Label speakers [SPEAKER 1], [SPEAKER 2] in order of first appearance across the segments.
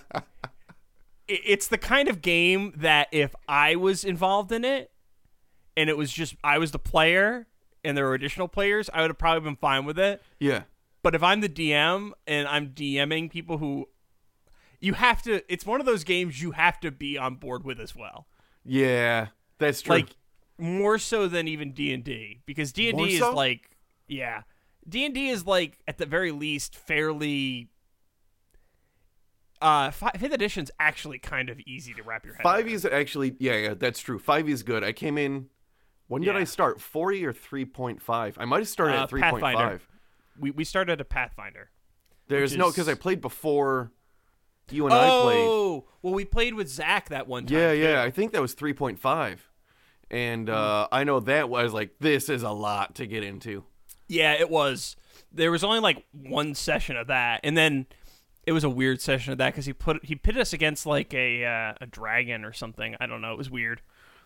[SPEAKER 1] it's the kind of game that if I was involved in it and it was just I was the player and there were additional players, I would have probably been fine with it.
[SPEAKER 2] Yeah.
[SPEAKER 1] But if I'm the DM and I'm DMing people who you have to it's one of those games you have to be on board with as well.
[SPEAKER 2] Yeah. That's true.
[SPEAKER 1] Like more so than even D and D because D and
[SPEAKER 2] More
[SPEAKER 1] D is
[SPEAKER 2] so?
[SPEAKER 1] like yeah, D and D is like at the very least fairly. Uh, fi- fifth edition's actually kind of easy to wrap your head.
[SPEAKER 2] Five
[SPEAKER 1] around.
[SPEAKER 2] E's actually, yeah, yeah, that's true. Five E's good. I came in. When did I
[SPEAKER 1] Yeah.
[SPEAKER 2] start? Four E or three point five? I might have started
[SPEAKER 1] Uh,
[SPEAKER 2] at three point
[SPEAKER 1] Pathfinder.
[SPEAKER 2] five.
[SPEAKER 1] We we started a Pathfinder.
[SPEAKER 2] There's
[SPEAKER 1] which
[SPEAKER 2] no
[SPEAKER 1] is-
[SPEAKER 2] because I played before you and I
[SPEAKER 1] oh, well, we played with Zach that one time.
[SPEAKER 2] played. Yeah,
[SPEAKER 1] too.
[SPEAKER 2] yeah. I think that was three point five, and
[SPEAKER 1] Hmm.
[SPEAKER 2] uh, I know that was like this is a lot to get into.
[SPEAKER 1] Yeah, it was. There was only like one session of that, and then it was a weird session of that because he put he pitted us against like a uh, a dragon or something. I don't know. It was weird.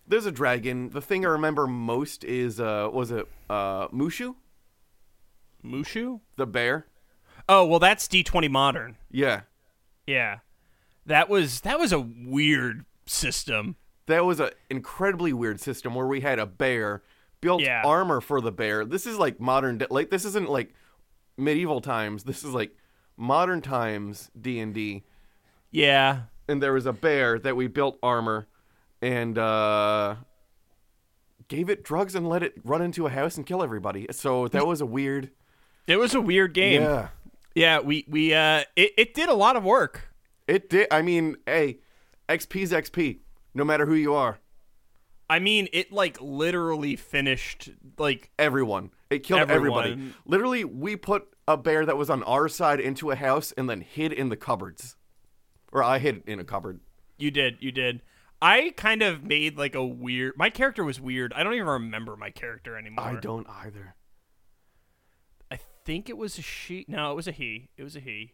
[SPEAKER 2] There's a dragon. The thing I remember most is uh, was it uh, Mushu?
[SPEAKER 1] Mushu?
[SPEAKER 2] The bear?
[SPEAKER 1] Oh, well that's D20 Modern.
[SPEAKER 2] Yeah.
[SPEAKER 1] Yeah. That was that was a weird system.
[SPEAKER 2] That was an incredibly weird system where we had a bear, built
[SPEAKER 1] Yeah.
[SPEAKER 2] armor for the bear. This is like modern day. Like this isn't like medieval times. This is like modern times D&D.
[SPEAKER 1] Yeah.
[SPEAKER 2] and there was a bear that we built armor and uh gave it drugs and let it run into a house and kill everybody. So that was a weird
[SPEAKER 1] It was a weird game.
[SPEAKER 2] Yeah.
[SPEAKER 1] Yeah, we we uh it, it did a lot of work.
[SPEAKER 2] It did I mean, hey, XP's XP, no matter who you are.
[SPEAKER 1] I mean, it like literally finished like
[SPEAKER 2] Everyone. It killed everybody.
[SPEAKER 1] Everyone.
[SPEAKER 2] Literally, we put a bear that was on our side into a house and then hid in the cupboards. Or I hid in a cupboard.
[SPEAKER 1] you did, you did. I kind of made like a weird my character was weird. I don't even remember my character anymore.
[SPEAKER 2] I don't either.
[SPEAKER 1] I think it was a she. No, it was a he. It was a he.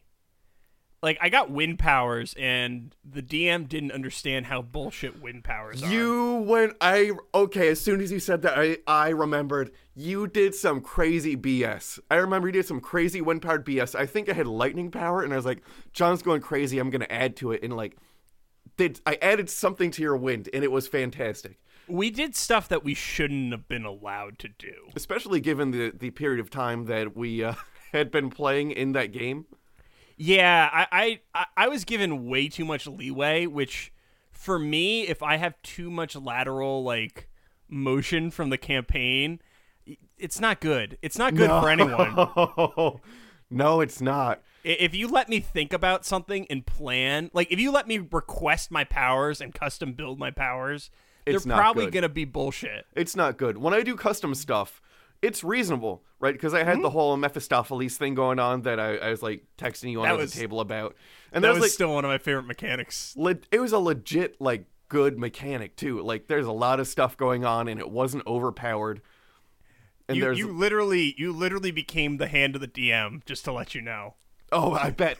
[SPEAKER 1] Like I got wind powers, and the DM didn't understand how bullshit wind powers are.
[SPEAKER 2] You went. I okay. As soon as you said that, I I remembered you did some crazy BS. I remember you did some crazy wind powered BS. I think I had lightning power, and I was like, John's going crazy. I'm gonna add to it, and like, did I added something to your wind, and it was fantastic.
[SPEAKER 1] we did stuff that we shouldn't have been allowed to do.
[SPEAKER 2] Especially given the the period of time that we uh, had been playing in that game.
[SPEAKER 1] Yeah, I, I I- I was given way too much leeway, which for me, if I have too much lateral like motion from the campaign, i- it's not good. It's not good for anyone.
[SPEAKER 2] no, it's not.
[SPEAKER 1] I- if you let me think about something and plan, like if you let me request my powers and custom build my powers,
[SPEAKER 2] It's
[SPEAKER 1] they're
[SPEAKER 2] not
[SPEAKER 1] probably
[SPEAKER 2] good.
[SPEAKER 1] gonna be bullshit.
[SPEAKER 2] It's not good. When I do custom stuff, it's reasonable, right? Because I had
[SPEAKER 1] Mm-hmm.
[SPEAKER 2] the whole Mephistopheles thing going on that I, I was like texting you on
[SPEAKER 1] That
[SPEAKER 2] at
[SPEAKER 1] was-
[SPEAKER 2] the table about, and
[SPEAKER 1] That
[SPEAKER 2] that
[SPEAKER 1] was
[SPEAKER 2] like,
[SPEAKER 1] still one of my favorite mechanics.
[SPEAKER 2] le- it was a legit like good mechanic too. Like there's a lot of stuff going on, and it wasn't overpowered. And
[SPEAKER 1] You,
[SPEAKER 2] there's
[SPEAKER 1] you literally, you literally became the hand of the DM. Just to let you know,
[SPEAKER 2] oh, I bet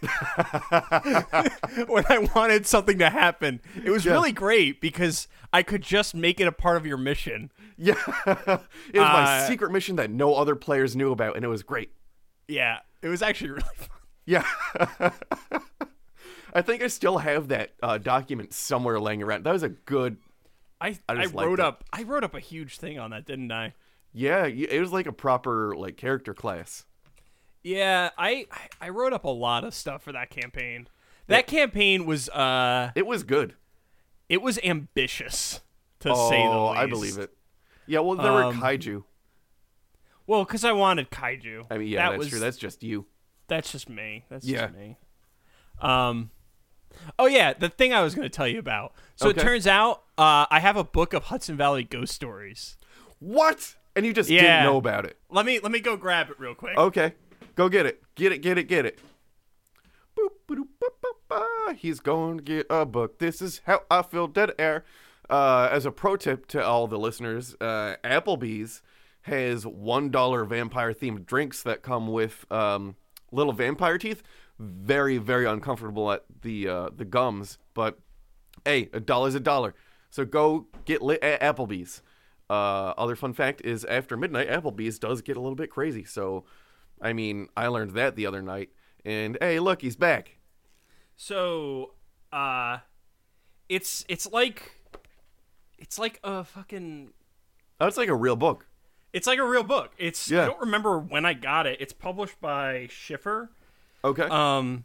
[SPEAKER 1] when I wanted something to happen, it was
[SPEAKER 2] Yeah.
[SPEAKER 1] really great because I could just make it a part of your mission.
[SPEAKER 2] yeah, it was my
[SPEAKER 1] Uh,
[SPEAKER 2] secret mission that no other players knew about, and it was great.
[SPEAKER 1] Yeah, it was actually really fun.
[SPEAKER 2] Yeah. I think I still have that uh, document somewhere laying around. That was a good
[SPEAKER 1] I
[SPEAKER 2] I
[SPEAKER 1] I,
[SPEAKER 2] just liked
[SPEAKER 1] wrote
[SPEAKER 2] it.
[SPEAKER 1] up I wrote up a huge thing on that, didn't I?
[SPEAKER 2] Yeah, y- it was like a proper like character class.
[SPEAKER 1] Yeah, I I- I wrote up a lot of stuff for that campaign. That campaign was uh
[SPEAKER 2] It was good.
[SPEAKER 1] it was ambitious to
[SPEAKER 2] oh,
[SPEAKER 1] say the least. Um,
[SPEAKER 2] I believe it. Yeah, well, there were kaiju.
[SPEAKER 1] Well, cuz I wanted kaiju.
[SPEAKER 2] I mean, yeah,
[SPEAKER 1] that
[SPEAKER 2] that's
[SPEAKER 1] was
[SPEAKER 2] true. That's just you.
[SPEAKER 1] that's just me. That's
[SPEAKER 2] Yeah.
[SPEAKER 1] just me. Um Oh yeah, the thing I was going to tell you about. So
[SPEAKER 2] Okay.
[SPEAKER 1] it turns out uh, I have a book of Hudson Valley ghost stories.
[SPEAKER 2] What? And you just didn't
[SPEAKER 1] Yeah.
[SPEAKER 2] know about it.
[SPEAKER 1] Let me let me go grab it real quick.
[SPEAKER 2] Okay, go get it. Get it. Get it. Get it. Boop, boop, boop, boop, boop. He's going to get a book. This is how I feel dead air. Uh, as a pro tip to all the listeners, uh, Applebee's has one dollar vampire themed drinks that come with um, little vampire teeth. Very very uncomfortable at the uh, the gums, but hey, a dollar's a dollar. So go get lit at Applebee's. Uh, other fun fact is after midnight, Applebee's does get a little bit crazy. So, I mean, I learned that the other night. And hey, look, he's back.
[SPEAKER 1] So, uh, it's it's like it's like a fucking
[SPEAKER 2] That's like a real book.
[SPEAKER 1] it's like a real book. It's
[SPEAKER 2] Yeah.
[SPEAKER 1] I don't remember when I got it. It's published by Schiffer.
[SPEAKER 2] Okay.
[SPEAKER 1] Um,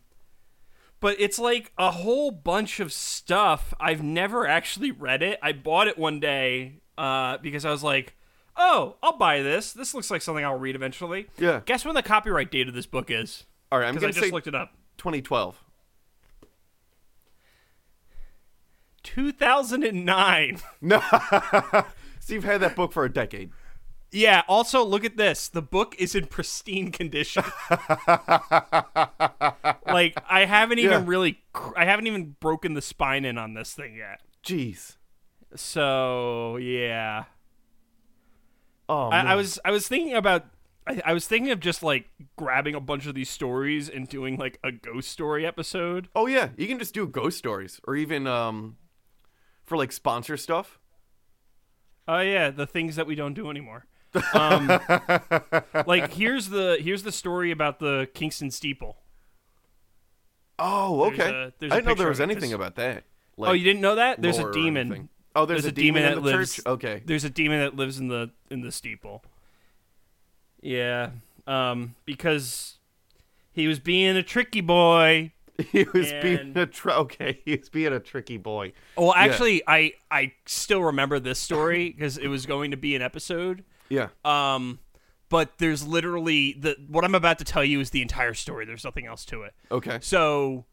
[SPEAKER 1] but it's like a whole bunch of stuff. I've never actually read it. I bought it one day uh, because I was like, oh, I'll buy this. This looks like something I'll read eventually.
[SPEAKER 2] Yeah.
[SPEAKER 1] Guess when the copyright date of this book is?
[SPEAKER 2] All right, I'm
[SPEAKER 1] Because I
[SPEAKER 2] gonna
[SPEAKER 1] just
[SPEAKER 2] say
[SPEAKER 1] looked it up.
[SPEAKER 2] 2012.
[SPEAKER 1] 2009.
[SPEAKER 2] No, so you've had that book for a decade.
[SPEAKER 1] Yeah, also look at this. The book is in pristine condition. like I haven't even
[SPEAKER 2] Yeah.
[SPEAKER 1] really cr- I haven't even broken the spine in on this thing yet.
[SPEAKER 2] Jeez.
[SPEAKER 1] So, yeah.
[SPEAKER 2] Oh,
[SPEAKER 1] I, I
[SPEAKER 2] man.
[SPEAKER 1] was I was thinking about I, I was thinking of just like grabbing a bunch of these stories and doing like a ghost story episode.
[SPEAKER 2] Oh yeah, you can just do ghost stories or even um, for like sponsor stuff.
[SPEAKER 1] Oh yeah, the things that we don't do anymore. Um, like here's the here's the story about the Kingston Steeple.
[SPEAKER 2] Oh,
[SPEAKER 1] There's
[SPEAKER 2] okay.
[SPEAKER 1] a- there's a
[SPEAKER 2] I didn't know
[SPEAKER 1] picture
[SPEAKER 2] there was
[SPEAKER 1] of it.
[SPEAKER 2] anything
[SPEAKER 1] There's-
[SPEAKER 2] about that.
[SPEAKER 1] oh, you didn't know that? There's
[SPEAKER 2] lore
[SPEAKER 1] a
[SPEAKER 2] or
[SPEAKER 1] demon.
[SPEAKER 2] anything. Oh, there's a demon in
[SPEAKER 1] that
[SPEAKER 2] the
[SPEAKER 1] lives,
[SPEAKER 2] church? Okay.
[SPEAKER 1] There's a demon that lives in the in the steeple. Yeah, um, because he was being a tricky boy.
[SPEAKER 2] He was being
[SPEAKER 1] And-
[SPEAKER 2] a tr- okay. He was being a tricky boy.
[SPEAKER 1] Well, actually, I I still remember this story because it was going to be an episode.
[SPEAKER 2] Yeah.
[SPEAKER 1] Um, but there's literally the what I'm about to tell you is the entire story. There's nothing else to it.
[SPEAKER 2] Okay.
[SPEAKER 1] So,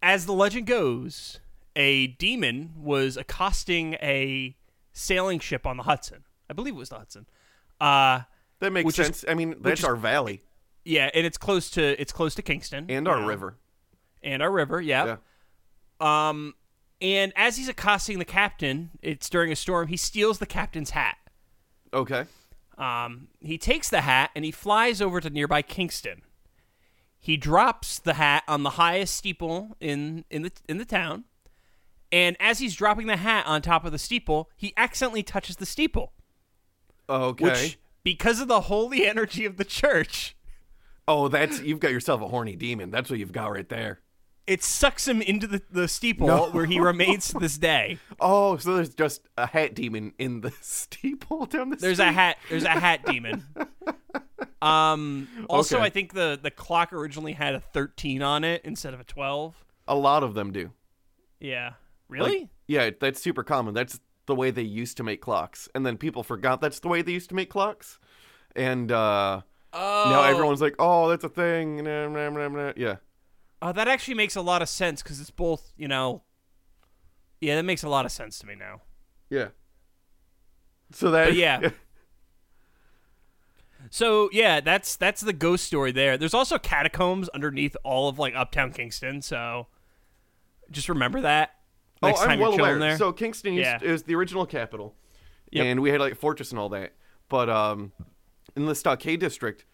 [SPEAKER 1] as the legend goes, a demon was accosting a sailing ship on the Hudson. I believe it was the Hudson. Uh,
[SPEAKER 2] That makes
[SPEAKER 1] which is-
[SPEAKER 2] sense. I mean, that's
[SPEAKER 1] is-
[SPEAKER 2] our valley
[SPEAKER 1] yeah, and it's close to it's close to Kingston
[SPEAKER 2] and
[SPEAKER 1] you
[SPEAKER 2] our
[SPEAKER 1] know,
[SPEAKER 2] river.
[SPEAKER 1] and our river.
[SPEAKER 2] Yeah.
[SPEAKER 1] Um, and as he's accosting the captain, it's during a storm. He steals the captain's hat.
[SPEAKER 2] Okay.
[SPEAKER 1] Um, he takes the hat and he flies over to nearby Kingston. He drops the hat on the highest steeple in in the in the town, and as he's dropping the hat on top of the steeple, he accidentally touches the steeple,
[SPEAKER 2] Okay.
[SPEAKER 1] which because of the holy energy of the church,
[SPEAKER 2] oh, that's you've got yourself a horny demon. That's what you've got right there.
[SPEAKER 1] it sucks him into the, the steeple
[SPEAKER 2] No.
[SPEAKER 1] where he remains to this day.
[SPEAKER 2] Oh, so there's just a hat demon in the steeple down the.
[SPEAKER 1] There's
[SPEAKER 2] street.
[SPEAKER 1] a hat. There's a hat demon. Um. Also,
[SPEAKER 2] Okay.
[SPEAKER 1] I think the the clock originally had a 13 on it instead of a 12.
[SPEAKER 2] A lot of them do.
[SPEAKER 1] Yeah.
[SPEAKER 2] Like,
[SPEAKER 1] Really?
[SPEAKER 2] yeah, that's super common. That's the way they used to make clocks, and then people forgot that's the way they used to make clocks, and uh, now everyone's like, "Oh, that's a thing." Nah, nah, nah, nah. Yeah.
[SPEAKER 1] Uh, that actually makes a lot of sense because it's both, you know. Yeah, that makes a lot of sense to me now.
[SPEAKER 2] Yeah. So that
[SPEAKER 1] But yeah. So yeah, that's that's the ghost story there. There's also catacombs underneath all of like Uptown Kingston, so just remember that
[SPEAKER 2] Oh,
[SPEAKER 1] next
[SPEAKER 2] I'm
[SPEAKER 1] time
[SPEAKER 2] well
[SPEAKER 1] you're chilling
[SPEAKER 2] aware.
[SPEAKER 1] there.
[SPEAKER 2] So Kingston used,
[SPEAKER 1] Yeah.
[SPEAKER 2] is the original capital,
[SPEAKER 1] Yep.
[SPEAKER 2] and we had like a fortress and all that. But um, in the Stockade district,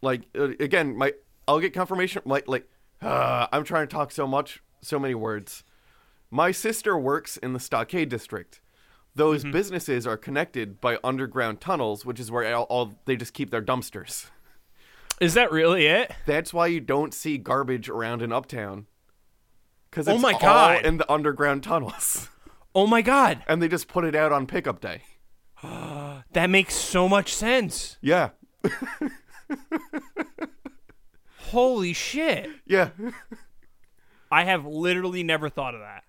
[SPEAKER 2] like uh, again, my I'll get confirmation. Like like uh, I'm trying to talk so much, so many words. My sister works in the Stockade district. Those
[SPEAKER 1] Mm-hmm.
[SPEAKER 2] businesses are connected by underground tunnels, which is where all, all they just keep their dumpsters.
[SPEAKER 1] Is that really it?
[SPEAKER 2] That's why you don't see garbage around in Uptown. Because
[SPEAKER 1] Oh
[SPEAKER 2] it's
[SPEAKER 1] my
[SPEAKER 2] all
[SPEAKER 1] God.
[SPEAKER 2] in the underground tunnels.
[SPEAKER 1] Oh my god,
[SPEAKER 2] and they just put it out on pickup day.
[SPEAKER 1] that makes so much sense.
[SPEAKER 2] Yeah.
[SPEAKER 1] Holy shit.
[SPEAKER 2] Yeah.
[SPEAKER 1] I have literally never thought of that.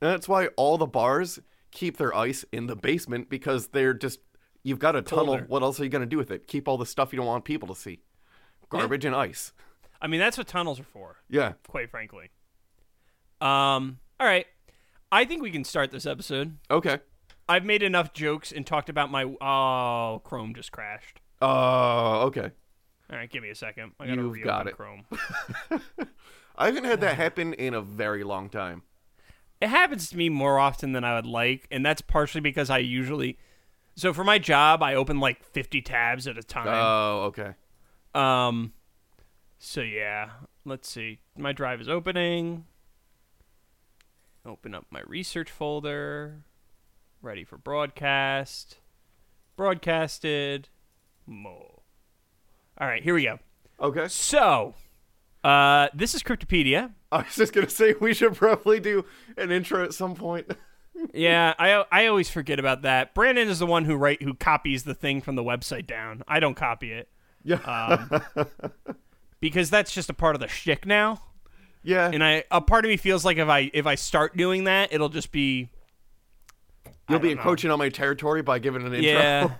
[SPEAKER 2] And that's why all the bars keep their ice in the basement because they're just you've got a tunnel.
[SPEAKER 1] Colder.
[SPEAKER 2] What else are you going to do with it? Keep all the stuff you don't want people to see. Garbage and ice.
[SPEAKER 1] I mean, that's what tunnels are for,
[SPEAKER 2] Yeah.
[SPEAKER 1] quite frankly. Um, all right. I think we can start this episode.
[SPEAKER 2] Okay.
[SPEAKER 1] I've made enough jokes and talked about my oh, Chrome just crashed.
[SPEAKER 2] Uh okay.
[SPEAKER 1] All right, give me a second. I gotta
[SPEAKER 2] You've
[SPEAKER 1] reopen
[SPEAKER 2] got it.
[SPEAKER 1] Chrome.
[SPEAKER 2] I haven't had that happen in a very long time.
[SPEAKER 1] it happens to me more often than I would like, and that's partially because I usually so for my job I open like fifty tabs at a time.
[SPEAKER 2] Oh, okay.
[SPEAKER 1] um, so yeah, let's see. My drive is opening. Open up my research folder. Ready for broadcast. Broadcasted. More. All right, here we go.
[SPEAKER 2] Okay.
[SPEAKER 1] So, uh, this is Cryptopedia.
[SPEAKER 2] I was just gonna say we should probably do an intro at some point.
[SPEAKER 1] Yeah, I I always forget about that. Brandon is the one who write who copies the thing from the website down. I don't copy it
[SPEAKER 2] Yeah.
[SPEAKER 1] Uh, because that's just a part of the shtick now.
[SPEAKER 2] yeah.
[SPEAKER 1] And I a part of me feels like if I if I start doing that, it'll just be
[SPEAKER 2] You'll be
[SPEAKER 1] don't know.
[SPEAKER 2] encroaching on my territory by giving an intro.
[SPEAKER 1] yeah.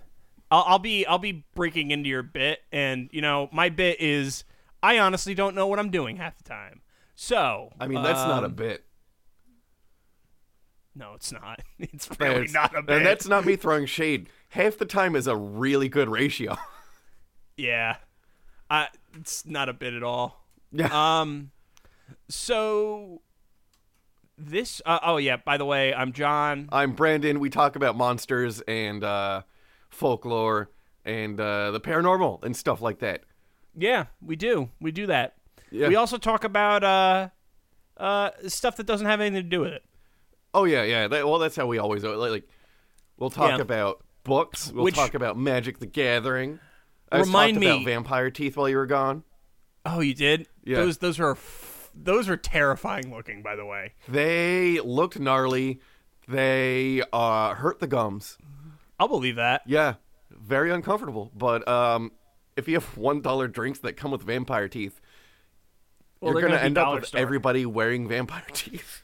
[SPEAKER 1] I'll, I'll be I'll be breaking into your bit, and you know my bit is I honestly don't know what I'm doing half the time. So
[SPEAKER 2] I mean, that's not a
[SPEAKER 1] um,
[SPEAKER 2] bit.
[SPEAKER 1] No, it's not. It's really
[SPEAKER 2] It's-
[SPEAKER 1] not a bit.
[SPEAKER 2] And that's not me throwing shade. Half the time is a really good ratio.
[SPEAKER 1] Yeah. I it's not a bit at all.
[SPEAKER 2] Yeah.
[SPEAKER 1] Um so this uh, oh yeah, by the way, I'm John.
[SPEAKER 2] I'm Brandon. We talk about monsters and uh, folklore and uh, the paranormal and stuff like that.
[SPEAKER 1] Yeah, we do. We do that.
[SPEAKER 2] Yeah.
[SPEAKER 1] We also talk about uh uh stuff that doesn't have anything to do with it.
[SPEAKER 2] Oh yeah, yeah. That, well, that's how we always like. We'll talk
[SPEAKER 1] Yeah.
[SPEAKER 2] about books. We'll
[SPEAKER 1] Which-
[SPEAKER 2] talk about Magic the Gathering. I just
[SPEAKER 1] Remind
[SPEAKER 2] talked about
[SPEAKER 1] me-
[SPEAKER 2] vampire teeth while you were gone.
[SPEAKER 1] Oh, you did?
[SPEAKER 2] Yeah.
[SPEAKER 1] Those those are f- those are terrifying looking, by the way.
[SPEAKER 2] They looked gnarly. They uh, hurt the gums.
[SPEAKER 1] I'll believe that.
[SPEAKER 2] Yeah, very uncomfortable. But um, if you have one dollar drinks that come with vampire teeth,
[SPEAKER 1] Well,
[SPEAKER 2] you're
[SPEAKER 1] they're
[SPEAKER 2] gonna,
[SPEAKER 1] gonna be
[SPEAKER 2] end up
[SPEAKER 1] dollar
[SPEAKER 2] with
[SPEAKER 1] store.
[SPEAKER 2] everybody wearing vampire teeth.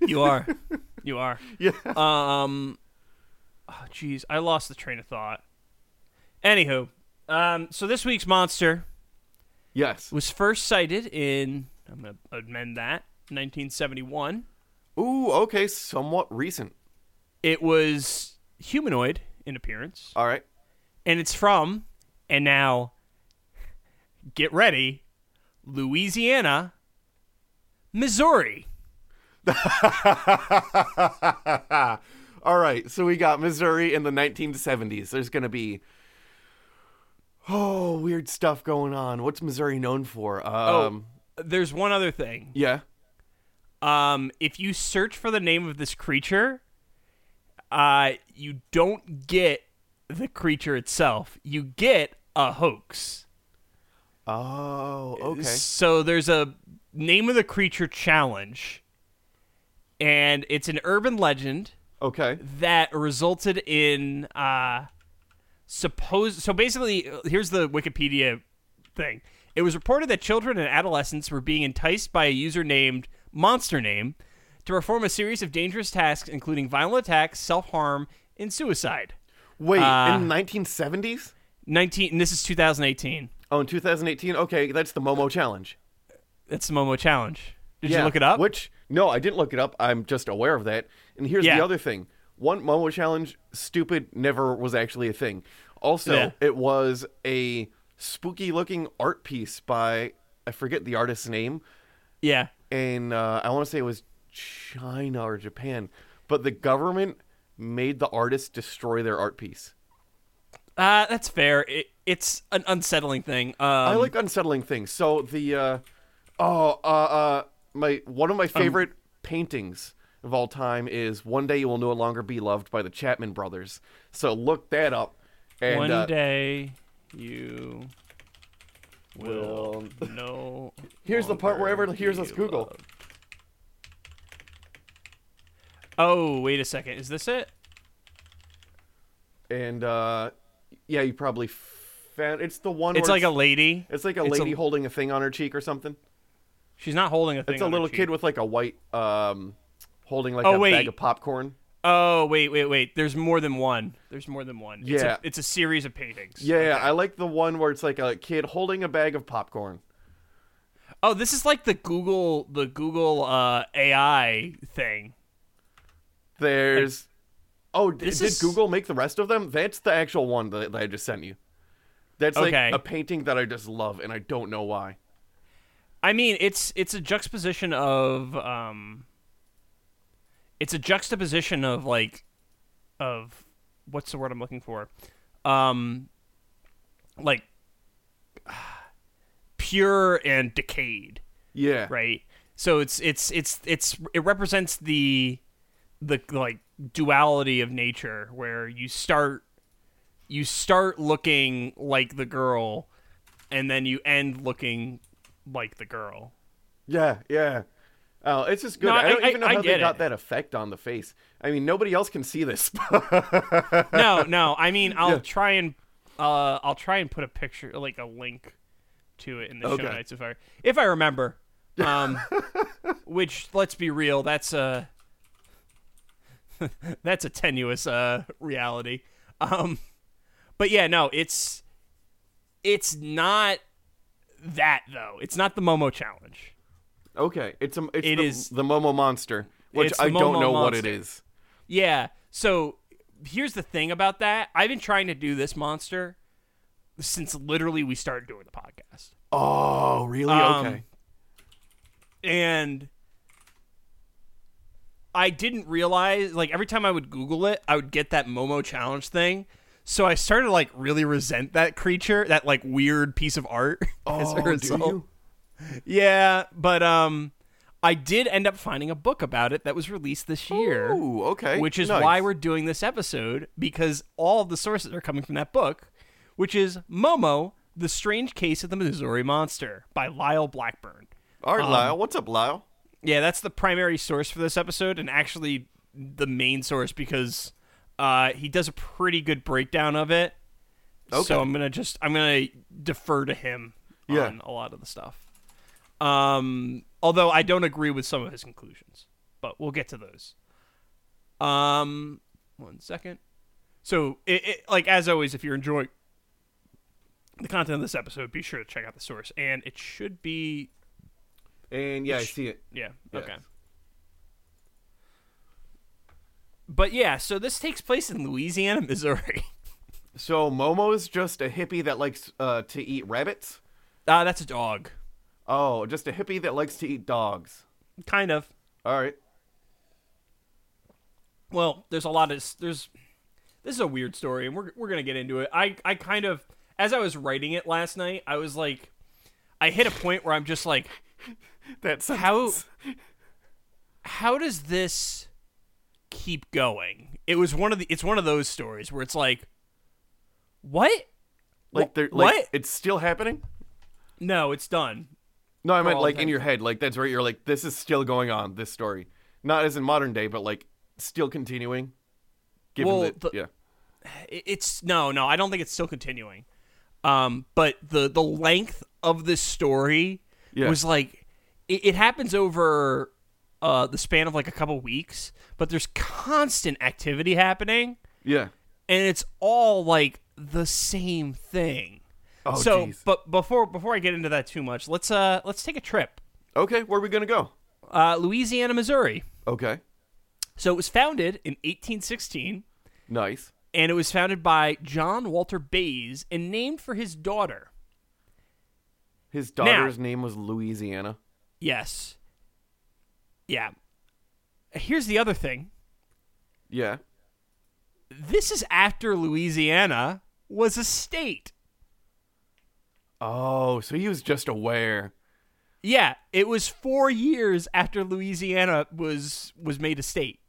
[SPEAKER 1] You are. you are.
[SPEAKER 2] yeah.
[SPEAKER 1] Um, oh, jeez, I lost the train of thought. Anywho, um, so this week's monster
[SPEAKER 2] yes.
[SPEAKER 1] was first sighted in I'm gonna amend that 1971.
[SPEAKER 2] Ooh. Okay. Somewhat recent.
[SPEAKER 1] It was humanoid in appearance,
[SPEAKER 2] All right.
[SPEAKER 1] and it's from and now get ready, Louisiana, Missouri.
[SPEAKER 2] All right. So we got Missouri in the 1970s. There's gonna be. Oh, weird stuff going on. What's Missouri known for?
[SPEAKER 1] Oh.
[SPEAKER 2] Um,
[SPEAKER 1] There's one other thing.
[SPEAKER 2] Yeah.
[SPEAKER 1] Um, if you search for the name of this creature, uh, you don't get the creature itself. You get a hoax.
[SPEAKER 2] Oh, okay.
[SPEAKER 1] So there's a name of the creature challenge, and it's an urban legend
[SPEAKER 2] Okay.
[SPEAKER 1] that resulted in uh suppose so basically uh, here's the wikipedia thing it was reported that children and adolescents were being enticed by a user named monster name to perform a series of dangerous tasks including violent attacks self-harm and suicide
[SPEAKER 2] Wait,
[SPEAKER 1] Uh,
[SPEAKER 2] in the 1970s?
[SPEAKER 1] 19 and this is 2018
[SPEAKER 2] Oh, in 2018? Okay, that's the Momo Challenge.
[SPEAKER 1] that's the momo challenge did
[SPEAKER 2] Yeah,
[SPEAKER 1] you look it up
[SPEAKER 2] Which no, I didn't look it up. I'm just aware of that. And here's
[SPEAKER 1] Yeah.
[SPEAKER 2] the other thing: one Momo challenge, stupid, never was actually a thing. Also,
[SPEAKER 1] Yeah.
[SPEAKER 2] it was a spooky-looking art piece by I forget the artist's name,
[SPEAKER 1] yeah
[SPEAKER 2] and uh, I want to say it was China or Japan, but the government made the artist destroy their art piece.
[SPEAKER 1] uh that's fair it, it's an unsettling thing um,
[SPEAKER 2] I like unsettling things. So the uh, oh uh, uh, my one of
[SPEAKER 1] um,
[SPEAKER 2] my favorite paintings of all time is "One Day You Will No Longer Be Loved" by the Chapman Brothers. So look that up. And,
[SPEAKER 1] one
[SPEAKER 2] uh,
[SPEAKER 1] day you will know
[SPEAKER 2] Here's the part where
[SPEAKER 1] longer
[SPEAKER 2] everyone hears us
[SPEAKER 1] be
[SPEAKER 2] Google.
[SPEAKER 1] loved. Oh, wait a second. Is this it?
[SPEAKER 2] And uh, yeah, you probably found it's the one.
[SPEAKER 1] It's
[SPEAKER 2] where
[SPEAKER 1] like a lady.
[SPEAKER 2] It's like a
[SPEAKER 1] it's a-
[SPEAKER 2] lady holding a thing on her cheek or something.
[SPEAKER 1] She's not holding a thing.
[SPEAKER 2] It's a
[SPEAKER 1] on her
[SPEAKER 2] little
[SPEAKER 1] cheek.
[SPEAKER 2] kid with like a white um, holding like
[SPEAKER 1] Oh,
[SPEAKER 2] a
[SPEAKER 1] wait.
[SPEAKER 2] bag of popcorn.
[SPEAKER 1] Oh, wait, wait, wait. There's more than one. There's more than one. It's
[SPEAKER 2] Yeah.
[SPEAKER 1] a, it's a series of paintings.
[SPEAKER 2] Yeah, yeah, I like the one where it's like a kid holding a bag of popcorn.
[SPEAKER 1] Oh, this is like the Google the Google uh, AI thing.
[SPEAKER 2] There's. Oh, d-
[SPEAKER 1] This
[SPEAKER 2] did
[SPEAKER 1] is-
[SPEAKER 2] Google make the rest of them? That's the actual one that, that I just sent you. That's like
[SPEAKER 1] Okay.
[SPEAKER 2] a painting that I just love, and I don't know why.
[SPEAKER 1] I mean, it's it's a juxtaposition of um it's a juxtaposition of like of what's the word I'm looking for? Um like pure and decayed,
[SPEAKER 2] Yeah.
[SPEAKER 1] right? So it's it's it's it's it represents the the like duality of nature where you start you start looking like the girl and then you end looking like the girl.
[SPEAKER 2] Yeah, yeah. Oh, it's just good.
[SPEAKER 1] No,
[SPEAKER 2] I
[SPEAKER 1] I-
[SPEAKER 2] don't
[SPEAKER 1] I-
[SPEAKER 2] even know
[SPEAKER 1] I
[SPEAKER 2] how they
[SPEAKER 1] get
[SPEAKER 2] got
[SPEAKER 1] it.
[SPEAKER 2] that effect on the face. I mean, nobody else can see this.
[SPEAKER 1] no, no. I mean, I'll try and uh, I'll try and put a picture, like a link to it in the
[SPEAKER 2] Okay.
[SPEAKER 1] show notes if I if I remember. Um, which let's be real, that's a that's a tenuous uh reality. Um, but yeah, no, it's it's not that though. It's not the Momo challenge.
[SPEAKER 2] okay, it's a, it's
[SPEAKER 1] It
[SPEAKER 2] the,
[SPEAKER 1] is-
[SPEAKER 2] the Momo monster, which
[SPEAKER 1] It's the
[SPEAKER 2] I don't
[SPEAKER 1] Momo
[SPEAKER 2] know what it
[SPEAKER 1] monster.
[SPEAKER 2] is.
[SPEAKER 1] Yeah. So here's the thing about that. I've been trying to do this monster since literally we started doing the podcast.
[SPEAKER 2] Oh, really?
[SPEAKER 1] Um,
[SPEAKER 2] okay.
[SPEAKER 1] And I didn't realize like every time I would Google it, I would get that Momo challenge thing. So I started to, like really resent that creature, that like weird piece of art. as a
[SPEAKER 2] Oh, do
[SPEAKER 1] result.
[SPEAKER 2] you?
[SPEAKER 1] Yeah, but um I did end up finding a book about it that was released this year.
[SPEAKER 2] Ooh, okay,
[SPEAKER 1] Which is
[SPEAKER 2] nice.
[SPEAKER 1] why we're doing this episode because all of the sources are coming from that book, which is Momo: The Strange Case of the Missouri Monster by Lyle Blackburn.
[SPEAKER 2] All right,
[SPEAKER 1] um,
[SPEAKER 2] Lyle. What's up, Lyle?
[SPEAKER 1] Yeah, that's the primary source for this episode, and actually the main source because uh, he does a pretty good breakdown of it.
[SPEAKER 2] Okay.
[SPEAKER 1] So I'm gonna just I'm gonna defer to him
[SPEAKER 2] Yeah.
[SPEAKER 1] on a lot of the stuff. Um, although I don't agree with some of his conclusions, but we'll get to those. Um, one second. So, it, it, like as always, if you're enjoying the content of this episode, be sure to check out the source, and it should be
[SPEAKER 2] And yeah, I see it.
[SPEAKER 1] yeah.
[SPEAKER 2] Yes.
[SPEAKER 1] Okay. But yeah, so this takes place in Louisiana, Missouri.
[SPEAKER 2] So Momo's just a hippie that likes uh, to eat rabbits.
[SPEAKER 1] Ah, that's a dog.
[SPEAKER 2] Oh, just a hippie that likes to eat dogs.
[SPEAKER 1] Kind of.
[SPEAKER 2] All right.
[SPEAKER 1] Well, there's a lot of s- there's this is a weird story and we're we're going to get into it. I I kind of as I was writing it last night, I was like I hit a point where I'm just like
[SPEAKER 2] That's
[SPEAKER 1] how how does this keep going? It was one of the it's one of those stories where it's like what?
[SPEAKER 2] like they're
[SPEAKER 1] Wh-
[SPEAKER 2] like
[SPEAKER 1] what?
[SPEAKER 2] it's still happening.
[SPEAKER 1] No, it's done.
[SPEAKER 2] No, I meant
[SPEAKER 1] all
[SPEAKER 2] like in
[SPEAKER 1] intents-
[SPEAKER 2] your head, like that's right. You're like this is still going on. This story, not as in modern day, but like still continuing. Given
[SPEAKER 1] Well,
[SPEAKER 2] that,
[SPEAKER 1] the-
[SPEAKER 2] yeah,
[SPEAKER 1] it- it's no no i don't think it's still continuing um but the the length of this story
[SPEAKER 2] Yeah.
[SPEAKER 1] was like it, it happens over uh the span of like a couple weeks but there's constant activity happening
[SPEAKER 2] yeah.
[SPEAKER 1] and it's all like the same thing
[SPEAKER 2] Oh,
[SPEAKER 1] so
[SPEAKER 2] jeez.
[SPEAKER 1] but before before i get into that too much let's uh let's take a trip
[SPEAKER 2] Okay, where are we gonna go?
[SPEAKER 1] uh louisiana missouri
[SPEAKER 2] Okay,
[SPEAKER 1] so it was founded in 1816
[SPEAKER 2] nice.
[SPEAKER 1] and it was founded by John Walter Bays and named for his daughter.
[SPEAKER 2] His daughter's name was Louisiana.
[SPEAKER 1] Yes. Yeah. Here's the other thing.
[SPEAKER 2] Yeah.
[SPEAKER 1] This is after Louisiana was a state.
[SPEAKER 2] Oh, so he was just aware.
[SPEAKER 1] Yeah, it was 4 years after Louisiana was was made a state.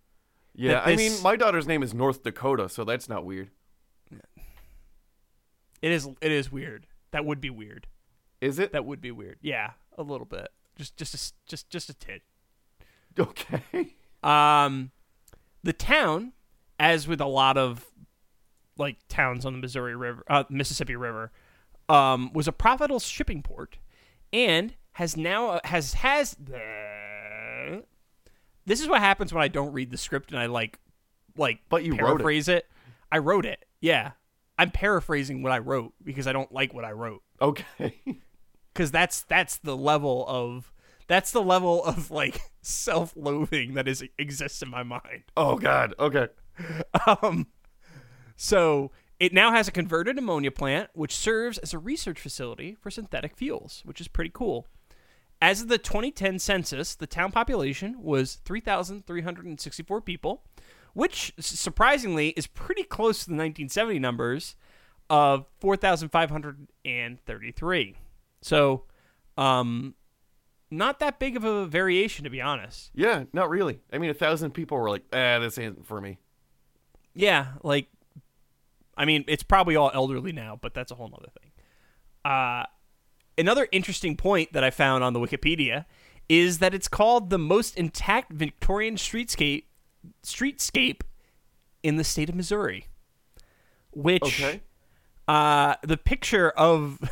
[SPEAKER 2] Yeah,
[SPEAKER 1] That
[SPEAKER 2] I
[SPEAKER 1] this-
[SPEAKER 2] mean, my daughter's name is North Dakota, so that's not weird.
[SPEAKER 1] It is it is weird. That would be weird.
[SPEAKER 2] Is it?
[SPEAKER 1] That would be weird. Yeah, a little bit. Just just a, s- just just a tit.
[SPEAKER 2] Okay.
[SPEAKER 1] Um, the town, as with a lot of like towns on the Missouri River, uh, Mississippi River, um, was a profitable shipping port, and has now uh, has has. This is what happens when I don't read the script and I like, like,
[SPEAKER 2] But you wrote it.
[SPEAKER 1] paraphrase it. I wrote it. Yeah, I'm paraphrasing what I wrote because I don't like what I wrote
[SPEAKER 2] Okay.
[SPEAKER 1] because that's that's the level of that's the level of like self-loathing that is exists in my mind
[SPEAKER 2] Oh God. Okay.
[SPEAKER 1] um, so it now has a converted ammonia plant, which serves as a research facility for synthetic fuels, which is pretty cool. As of the 2010 census, the town population was 3,364 people, which s- surprisingly is pretty close to the 1970 numbers of 4,533. So, um, not that big of a variation, to be honest.
[SPEAKER 2] Yeah, not really. I mean, a thousand people were like, "Ah, this ain't for me."
[SPEAKER 1] Yeah, like, I mean, it's probably all elderly now, but that's a whole nother thing. Uh, another interesting point that I found on the Wikipedia is that it's called the most intact Victorian streetscape streetscape in the state of Missouri, which
[SPEAKER 2] Okay.
[SPEAKER 1] uh, the picture of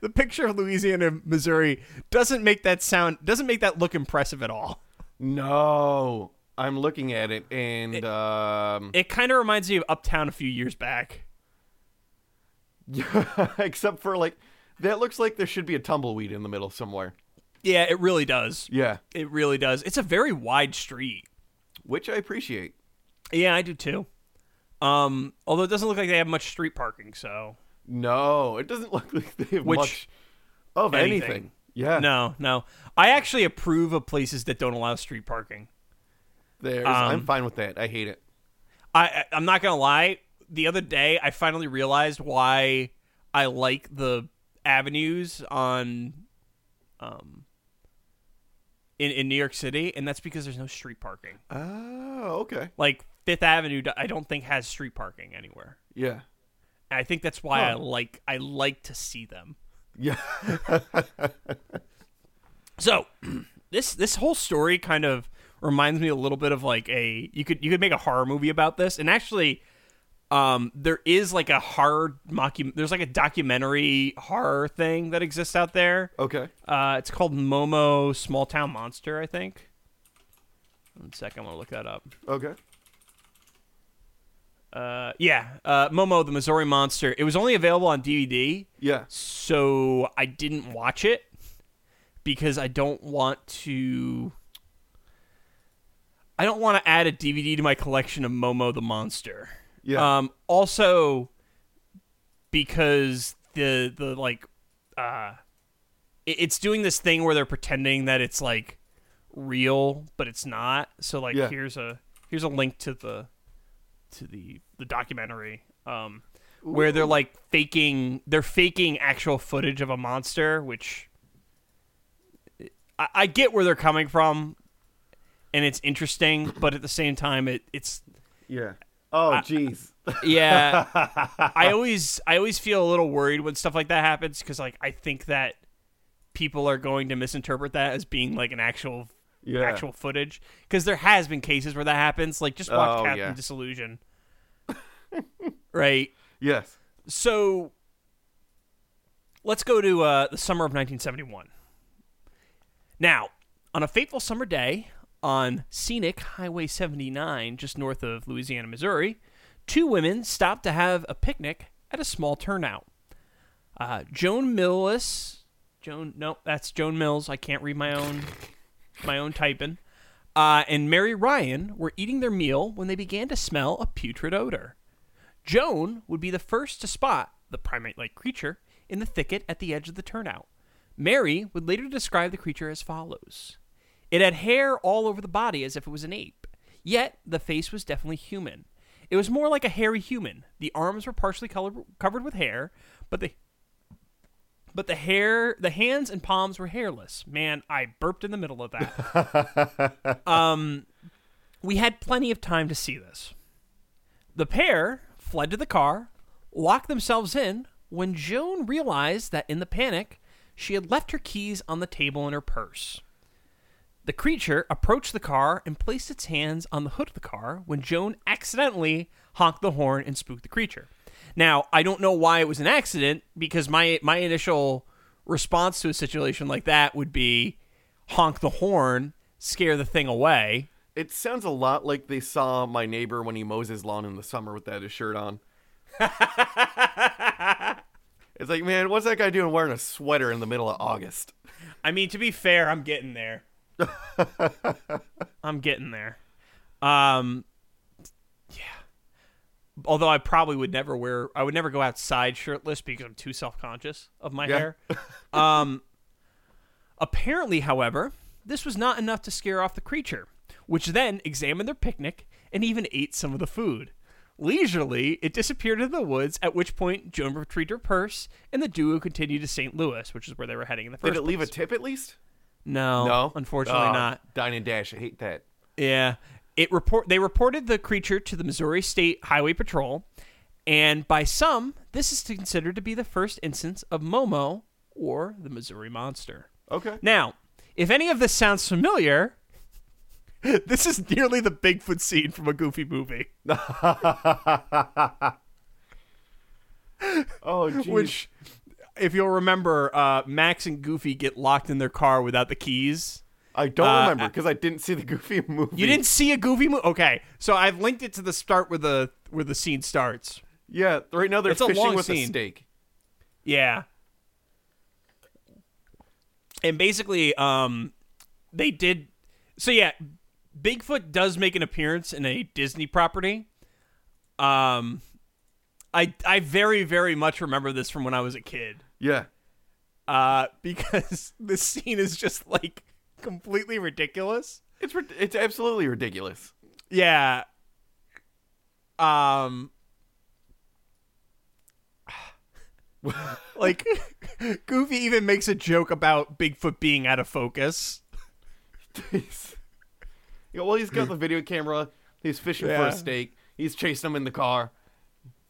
[SPEAKER 1] the picture of Louisiana, Missouri doesn't make that sound doesn't make that look impressive at all.
[SPEAKER 2] No, I'm looking at it, and um,
[SPEAKER 1] It kind of reminds me of Uptown a few years back.
[SPEAKER 2] except for like, that looks like there should be a tumbleweed in the middle somewhere.
[SPEAKER 1] Yeah, it really does.
[SPEAKER 2] Yeah,
[SPEAKER 1] It really does. It's a very wide street.
[SPEAKER 2] which I appreciate.
[SPEAKER 1] Yeah, I do too. Um, although it doesn't look like they have much street parking, so
[SPEAKER 2] No, it doesn't look like they have
[SPEAKER 1] Which-
[SPEAKER 2] much of anything.
[SPEAKER 1] anything.
[SPEAKER 2] Yeah,
[SPEAKER 1] no, no. I actually approve of places that don't allow street parking.
[SPEAKER 2] There's,
[SPEAKER 1] Um,
[SPEAKER 2] I'm fine with that. I hate it.
[SPEAKER 1] I, I I'm not gonna lie. The other day, I finally realized why I like the avenues on, um, in, in New York City, and that's because there's no street parking.
[SPEAKER 2] Oh, okay.
[SPEAKER 1] Like Fifth Avenue, d- I don't think has street parking anywhere.
[SPEAKER 2] Yeah.
[SPEAKER 1] And I think that's why I
[SPEAKER 2] Huh.
[SPEAKER 1] like I like to see them.
[SPEAKER 2] Yeah.
[SPEAKER 1] So this this whole story kind of reminds me a little bit of like a you could you could make a horror movie about this, and actually, um, there is like a horror mockum there's like a documentary horror thing that exists out there.
[SPEAKER 2] Okay.
[SPEAKER 1] Uh, it's called Momo Small Town Monster, I think. One sec, I'm gonna look that up.
[SPEAKER 2] Okay.
[SPEAKER 1] Uh, yeah, uh, Momo the Missouri Monster. It was only available on DVD,
[SPEAKER 2] Yeah.
[SPEAKER 1] so I didn't watch it because I don't want to. I don't want to add a DVD to my collection of Momo the Monster.
[SPEAKER 2] Yeah.
[SPEAKER 1] Um, also, because the the like, uh, it, it's doing this thing where they're pretending that it's like real, but it's not. So like,
[SPEAKER 2] Yeah.
[SPEAKER 1] here's a here's a link to the to the the documentary um where they're like faking they're faking actual footage of a monster which I, I get where they're coming from and it's interesting but at the same time it it's
[SPEAKER 2] Yeah. Oh, jeez.
[SPEAKER 1] yeah i always i always feel a little worried when stuff like that happens because like i think that people are going to misinterpret that as being like an actual
[SPEAKER 2] Yeah.
[SPEAKER 1] actual footage because there has been cases where that happens like just watch
[SPEAKER 2] Oh,
[SPEAKER 1] captain
[SPEAKER 2] yeah.
[SPEAKER 1] disillusion right
[SPEAKER 2] Yes.
[SPEAKER 1] so let's go to uh, the summer of 1971. Now, on a fateful summer day on scenic Highway 79, just north of Louisiana, Missouri, two women stopped to have a picnic at a small turnout. Uh, Joan Millis, Joan, no, that's Joan Mills. I can't read my own, my own typing. Uh, and Mary Ryan were eating their meal when they began to smell a putrid odor. Joan would be the first to spot the primate like creature in the thicket at the edge of the turnout. Mary would later describe the creature as follows It had hair all over the body as if it was an ape, yet the face was definitely human. It was more like a hairy human. The arms were partially color- covered with hair, but the but the hair, the hands and palms were hairless. Man, I burped in the middle of that. um, we had plenty of time to see this. The pair fled to the car, locked themselves in when Joan realized that in the panic, she had left her keys on the table in her purse. The creature approached the car and placed its hands on the hood of the car when Joan accidentally honked the horn and spooked the creature. Now, I don't know why it was an accident because my my initial response to a situation like that would be honk the horn, scare the thing away.
[SPEAKER 2] It sounds a lot like they saw my neighbor when he mows his lawn in the summer without his shirt on. it's like, man, what's that guy doing wearing a sweater in the middle of August?
[SPEAKER 1] I mean, to be fair, I'm getting there. I'm getting there. Um, yeah. Although I probably would never wear, I would never go outside shirtless because I'm too self conscious of my
[SPEAKER 2] Yeah.
[SPEAKER 1] hair. um, apparently, however, this was not enough to scare off the creature, which then examined their picnic and even ate some of the food. Leisurely, it disappeared into the woods, at which point Joan retrieved her purse, and the duo continued to St. Louis, which is where they were heading in the first
[SPEAKER 2] Did it leave a
[SPEAKER 1] place.
[SPEAKER 2] tip at least?
[SPEAKER 1] No,
[SPEAKER 2] No,
[SPEAKER 1] unfortunately
[SPEAKER 2] Oh,
[SPEAKER 1] not.
[SPEAKER 2] Dine and dash. I hate that.
[SPEAKER 1] Yeah, it report they reported the creature to the Missouri State Highway Patrol, and by some, this is considered to be the first instance of Momo or the Missouri Monster.
[SPEAKER 2] Okay.
[SPEAKER 1] Now, if any of this sounds familiar, this is nearly the Bigfoot scene from a Goofy movie,
[SPEAKER 2] Oh, geez.
[SPEAKER 1] which. If you'll remember, uh, Max and Goofy get locked in their car without the keys.
[SPEAKER 2] I don't
[SPEAKER 1] uh,
[SPEAKER 2] remember because I didn't see the Goofy movie.
[SPEAKER 1] You didn't see a Goofy movie? Okay, so I've linked it to the start where the where the scene starts.
[SPEAKER 2] Yeah, right now they're
[SPEAKER 1] It's a
[SPEAKER 2] fishing
[SPEAKER 1] long
[SPEAKER 2] with a
[SPEAKER 1] scene.
[SPEAKER 2] steak.
[SPEAKER 1] Yeah. And basically, um, they did. So yeah, Bigfoot does make an appearance in a Disney property. Um, I I very very much remember this from when I was a kid.
[SPEAKER 2] Yeah.
[SPEAKER 1] Uh, because this scene is just like completely ridiculous.
[SPEAKER 2] It's rid- it's absolutely ridiculous.
[SPEAKER 1] Yeah. Um like Goofy even makes a joke about Bigfoot being out of focus.
[SPEAKER 2] He's- Yeah, well, he's got the video camera. He's fishing for
[SPEAKER 1] Yeah.
[SPEAKER 2] a steak. He's chasing him in the car.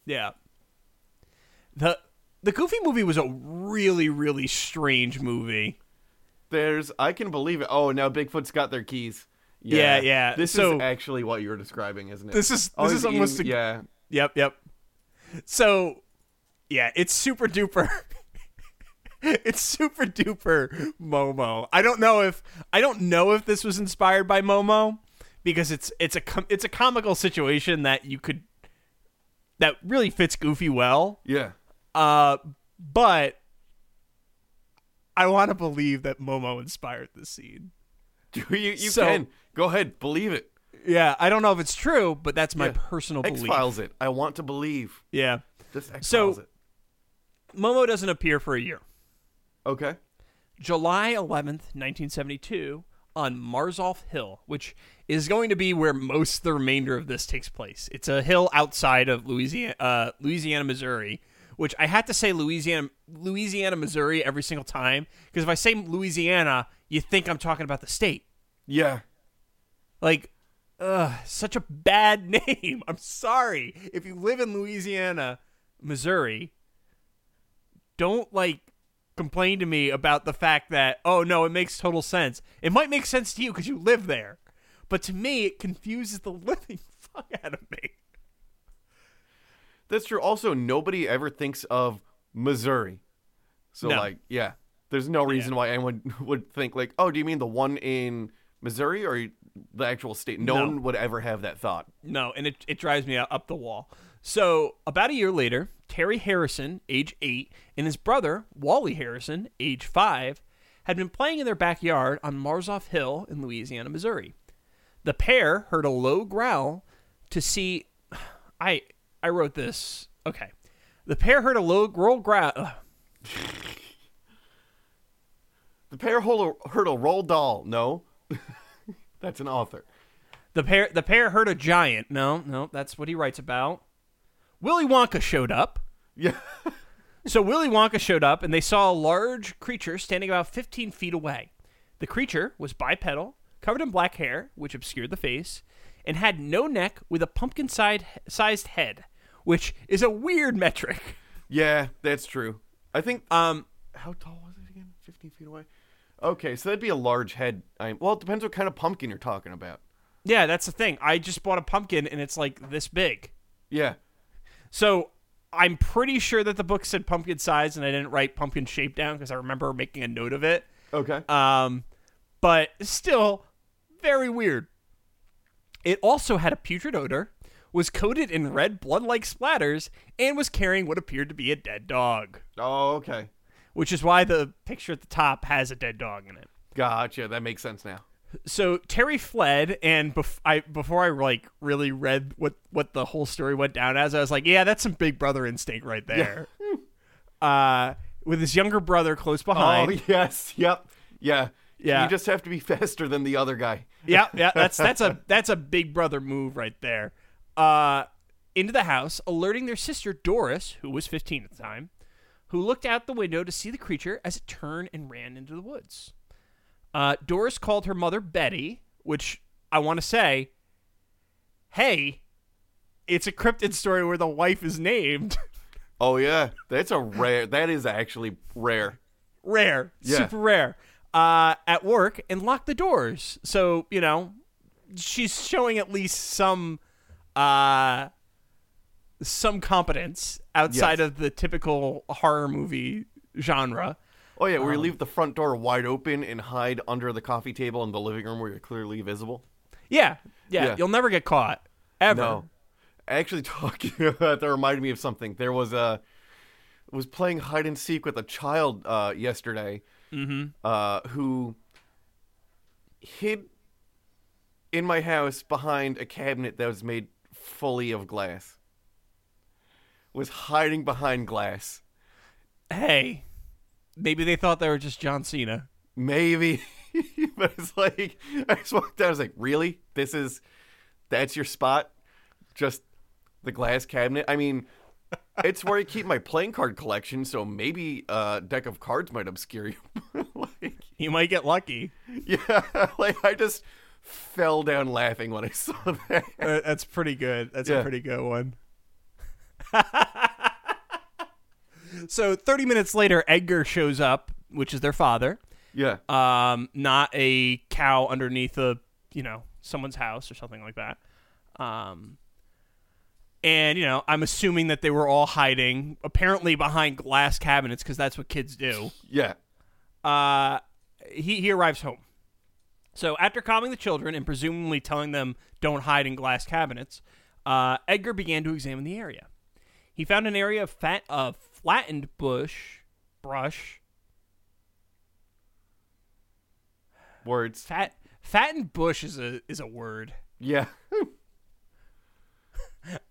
[SPEAKER 1] Yeah. The the Goofy movie was a really really strange movie.
[SPEAKER 2] There's, I can believe it. Oh, now Bigfoot's got their keys.
[SPEAKER 1] Yeah, yeah.
[SPEAKER 2] This
[SPEAKER 1] So-
[SPEAKER 2] is actually what you were describing, isn't it?
[SPEAKER 1] This is-
[SPEAKER 2] Oh,
[SPEAKER 1] this
[SPEAKER 2] he's
[SPEAKER 1] is almost
[SPEAKER 2] eating-
[SPEAKER 1] a-
[SPEAKER 2] yeah.
[SPEAKER 1] Yep, yep. So, yeah, it's super duper. it's super duper Momo. I don't know if I don't know if this was inspired by Momo because it's it's a com- it's a comical situation that you could that really fits Goofy well.
[SPEAKER 2] Yeah.
[SPEAKER 1] Uh, but I want to believe that Momo inspired this scene.
[SPEAKER 2] You, you, you
[SPEAKER 1] So-
[SPEAKER 2] can. Go ahead. Believe it.
[SPEAKER 1] Yeah, I don't know if it's true, but that's my personal
[SPEAKER 2] X
[SPEAKER 1] belief.
[SPEAKER 2] Files it. I want to believe.
[SPEAKER 1] Yeah.
[SPEAKER 2] Just X
[SPEAKER 1] So-
[SPEAKER 2] Files it.
[SPEAKER 1] Momo doesn't appear for a year.
[SPEAKER 2] Okay.
[SPEAKER 1] July 11th, 1972, on Marzoff Hill, which is going to be where most of the remainder of this takes place. It's a hill outside of Louisiana, uh, Louisiana, Missouri, which I had to say Louisiana, Louisiana, Missouri every single time because if I say Louisiana, you think I'm talking about the state.
[SPEAKER 2] Yeah.
[SPEAKER 1] Like, ugh, such a bad name. I'm sorry. If you live in Louisiana, Missouri, don't like complain to me about the fact that, oh no, it makes total sense. It might make sense to you because you live there. But to me, it confuses the living fuck out of me.
[SPEAKER 2] That's true. Also, nobody ever thinks of Missouri. So,
[SPEAKER 1] No.
[SPEAKER 2] like, yeah, there's no reason why anyone would think, like, oh, do you mean the one in Missouri or the actual state? No,
[SPEAKER 1] No.
[SPEAKER 2] one would ever have that thought.
[SPEAKER 1] No, and it, it drives me up the wall. So, about a year later, Terry Harrison, age eight, and his brother, Wally Harrison, age five, had been playing in their backyard on Marzoff Hill in Louisiana, Missouri. The pair heard a low growl to see. I I wrote this. Okay. The pair heard a low growl. growl ugh.
[SPEAKER 2] The pair hol- heard a roll doll. No, that's an author.
[SPEAKER 1] The pair the pair heard a giant. No, no, that's what he writes about. Willy Wonka showed up.
[SPEAKER 2] Yeah.
[SPEAKER 1] So Willy Wonka showed up, and they saw a large creature standing about 15 feet away. The creature was bipedal, covered in black hair, which obscured the face, and had no neck with a pumpkin sized head, which is a weird metric.
[SPEAKER 2] Yeah, that's true. I think.
[SPEAKER 1] Um,
[SPEAKER 2] How tall was it again? 15 feet away? Okay, so that'd be a large head. I, well, it depends what kind of pumpkin you're talking about.
[SPEAKER 1] yeah, that's the thing. I just bought a pumpkin, and it's like this big.
[SPEAKER 2] Yeah.
[SPEAKER 1] So I'm pretty sure that the book said pumpkin size, and I didn't write pumpkin shape down because I remember making a note of it.
[SPEAKER 2] Okay.
[SPEAKER 1] Um, but still, very weird. It also had a putrid odor, was coated in red blood like splatters, and was carrying what appeared to be a dead dog,
[SPEAKER 2] oh, okay.
[SPEAKER 1] which is why the picture at the top has a dead dog in it.
[SPEAKER 2] Gotcha. That makes sense now.
[SPEAKER 1] So Terry fled, and bef- I before I like really read what what the whole story went down as, I was like, yeah, that's some Big Brother instinct right there. uh, with his younger brother close behind.
[SPEAKER 2] Oh yes, yep, yeah,
[SPEAKER 1] Yeah.
[SPEAKER 2] You just have to be faster than the other guy.
[SPEAKER 1] yeah, yeah, that's that's a that's a big brother move right there. Uh, into the house, alerting their sister Doris, who was 15 at the time, who looked out the window to see the creature as it turned and ran into the woods. Uh, Doris called her mother Betty, which I want to say, hey, it's a cryptid story where the wife is named.
[SPEAKER 2] Oh yeah, that's a rare. That is actually rare.
[SPEAKER 1] rare,
[SPEAKER 2] Yeah.
[SPEAKER 1] super rare, uh, at work and lock the doors. So you know, she's showing at least some, uh, some competence outside
[SPEAKER 2] Yes.
[SPEAKER 1] of the typical horror movie genre.
[SPEAKER 2] Oh yeah, where you leave the front door wide open and hide under the coffee table in the living room where you're clearly visible.
[SPEAKER 1] Yeah, yeah,
[SPEAKER 2] Yeah.
[SPEAKER 1] you'll never get caught ever.
[SPEAKER 2] No, actually, talking about that reminded me of something. There was a was playing hide and seek with a child uh, yesterday, uh, who hid in my house behind a cabinet that was made fully of glass. Was hiding behind glass.
[SPEAKER 1] Hey, maybe they thought they were just John Cena.
[SPEAKER 2] Maybe. but it's like I just walked out, I was like, really? This is that's your spot? Just the glass cabinet? I mean it's where I keep my playing card collection, so maybe a deck of cards might obscure you. like
[SPEAKER 1] You might get lucky.
[SPEAKER 2] Yeah, like I just fell down laughing when I saw that.
[SPEAKER 1] Uh, that's pretty good. That's
[SPEAKER 2] Yeah.
[SPEAKER 1] a pretty good one. so 30 minutes later, Edgar shows up, which is their father.
[SPEAKER 2] Yeah.
[SPEAKER 1] Um, not a cow underneath a you know someone's house or something like that. Um, and you know, I'm assuming that they were all hiding, apparently behind glass cabinets, because that's what kids do
[SPEAKER 2] yeah.
[SPEAKER 1] uh, he, he arrives home. So after calming the children and presumably telling them don't hide in glass cabinets, uh, Edgar began to examine the area. He found an area of fat of flattened bush, brush,
[SPEAKER 2] Words.
[SPEAKER 1] fat fattened bush is a is a word.
[SPEAKER 2] Yeah.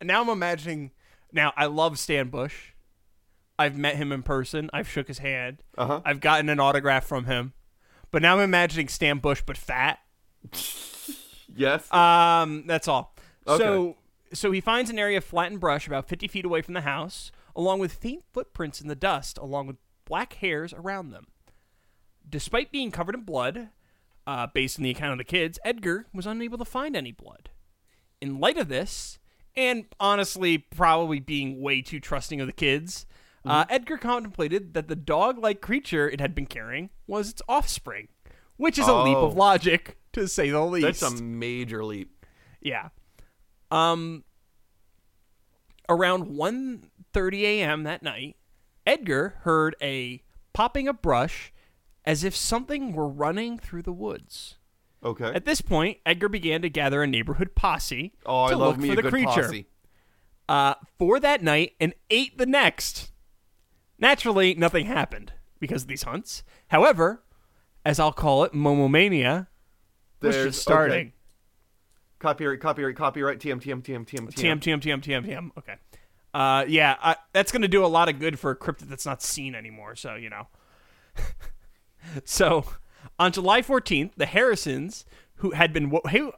[SPEAKER 1] Now I'm imagining. Now I love Stan Bush. I've met him in person. I've shook his hand.
[SPEAKER 2] Uh-huh.
[SPEAKER 1] I've gotten an autograph from him. But now I'm imagining Stan Bush, but fat.
[SPEAKER 2] Yes.
[SPEAKER 1] Um, that's all. So,
[SPEAKER 2] Okay.
[SPEAKER 1] so he finds an area of flattened brush about 50 feet away from the house, along with faint footprints in the dust, along with black hairs around them. Despite being covered in blood, uh, based on the account of the kids, Edgar was unable to find any blood. In light of this, and honestly, probably being way too trusting of the kids, uh,
[SPEAKER 2] Mm-hmm.
[SPEAKER 1] Edgar contemplated that the dog like creature it had been carrying was its offspring, which is a leap
[SPEAKER 2] Oh.
[SPEAKER 1] of logic, to say the least.
[SPEAKER 2] That's a major leap.
[SPEAKER 1] Yeah. Um around 1:30 a.m. that night, Edgar heard a popping of brush as if something were running through the woods.
[SPEAKER 2] Okay.
[SPEAKER 1] At this point, Edgar began to gather a neighborhood posse
[SPEAKER 2] oh, I
[SPEAKER 1] to
[SPEAKER 2] love
[SPEAKER 1] look
[SPEAKER 2] me
[SPEAKER 1] for
[SPEAKER 2] a
[SPEAKER 1] the
[SPEAKER 2] good
[SPEAKER 1] creature
[SPEAKER 2] posse.
[SPEAKER 1] uh, for that night and ate the next. Naturally, nothing happened because of these hunts. However, as I'll call it, Momomania was
[SPEAKER 2] There's-
[SPEAKER 1] just starting.
[SPEAKER 2] okay. Copyright, copyright, copyright. TM, TM, TM, TM,
[SPEAKER 1] TM, TM, TM, TM, TM. Okay. Uh, yeah, I, that's going to do a lot of good for a cryptid that's not seen anymore, so, you know. so, on July 14th, the Harrisons, who had been. Wo- who-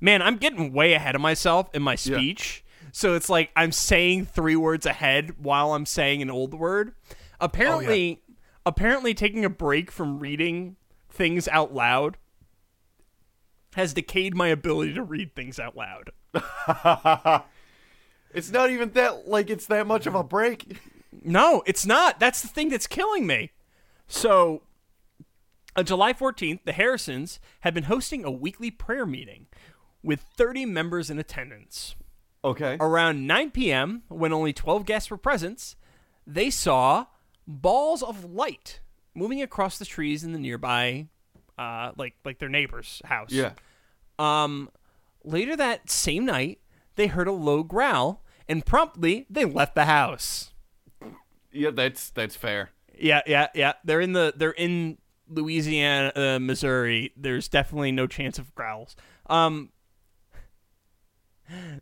[SPEAKER 1] man, I'm getting way ahead of myself in my speech. So, it's like I'm saying three words ahead while I'm saying an old word. Apparently, apparently taking a break from reading things out loud has decayed my ability to read things out loud.
[SPEAKER 2] It's not even that, like, it's that much of a break.
[SPEAKER 1] No, it's not. That's the thing that's killing me. So, on July 14th, the Harrisons had been hosting a weekly prayer meeting with 30 members in attendance.
[SPEAKER 2] Okay.
[SPEAKER 1] Around 9 p.m., when only 12 guests were present, they saw balls of light moving across the trees in the nearby, uh, like like their neighbor's house.
[SPEAKER 2] Yeah.
[SPEAKER 1] Um, later that same night, they heard a low growl, and promptly they left the house.
[SPEAKER 2] Yeah, that's that's fair.
[SPEAKER 1] Yeah, yeah, yeah. They're in the they're in Louisiana, uh, Missouri. There's definitely no chance of growls. Um.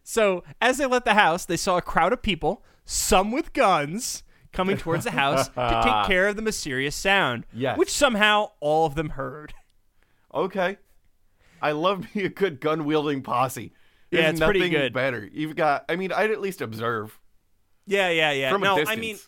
[SPEAKER 1] So as they left the house, they saw a crowd of people, some with guns, coming towards the house to take care of the mysterious sound,
[SPEAKER 2] Yes.
[SPEAKER 1] which somehow all of them heard.
[SPEAKER 2] Okay. I love me a good gun wielding posse.
[SPEAKER 1] Yeah,
[SPEAKER 2] There's
[SPEAKER 1] it's pretty
[SPEAKER 2] nothing
[SPEAKER 1] good.
[SPEAKER 2] Better. You've got. I mean, I'd at least observe.
[SPEAKER 1] Yeah, yeah, yeah.
[SPEAKER 2] From a
[SPEAKER 1] no, I
[SPEAKER 2] distance.
[SPEAKER 1] mean,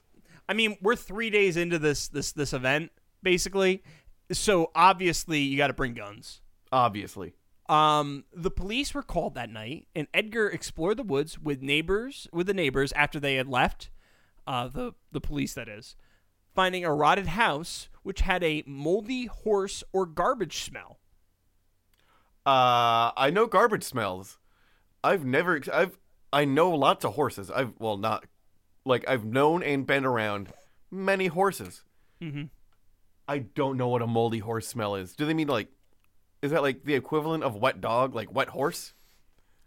[SPEAKER 1] I mean, we're three days into this this this event basically, so obviously you got to bring guns.
[SPEAKER 2] Obviously.
[SPEAKER 1] Um, the police were called that night, and Edgar explored the woods with neighbors with the neighbors after they had left, uh, the the police that is, finding a rotted house which had a moldy horse or garbage smell.
[SPEAKER 2] Uh, I know garbage smells. I've never. ex- I've. I know lots of horses. I've. Well, not. Like I've known and been around many horses.
[SPEAKER 1] Mhm.
[SPEAKER 2] I don't know what a moldy horse smell is. Do they mean like? Is that like the equivalent of wet dog? Like wet horse?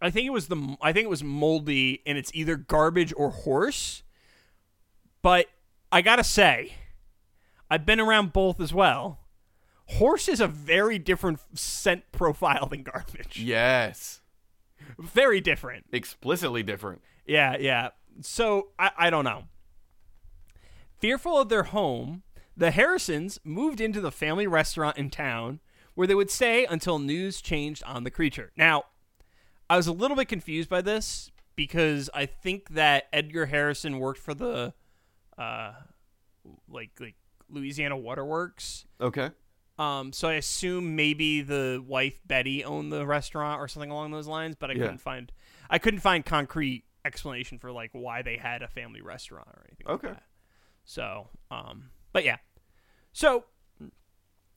[SPEAKER 1] I think it was the I think it was moldy, and it's either garbage or horse. But I gotta say, I've been around both as well. Horse is a very different scent profile than garbage.
[SPEAKER 2] Yes.
[SPEAKER 1] Very different.
[SPEAKER 2] Explicitly different.
[SPEAKER 1] Yeah, yeah. So I, I don't know. Fearful of their home, the Harrisons moved into the family restaurant in town where they would stay until news changed on the creature. Now, I was a little bit confused by this because I think that Edgar Harrison worked for the uh like like Louisiana Waterworks.
[SPEAKER 2] Okay.
[SPEAKER 1] Um, so I assume maybe the wife Betty owned the restaurant or something along those lines, but I
[SPEAKER 2] Yeah.
[SPEAKER 1] couldn't find I couldn't find concrete explanation for like why they had a family restaurant or anything. like
[SPEAKER 2] Okay.
[SPEAKER 1] that. So, um, but yeah. So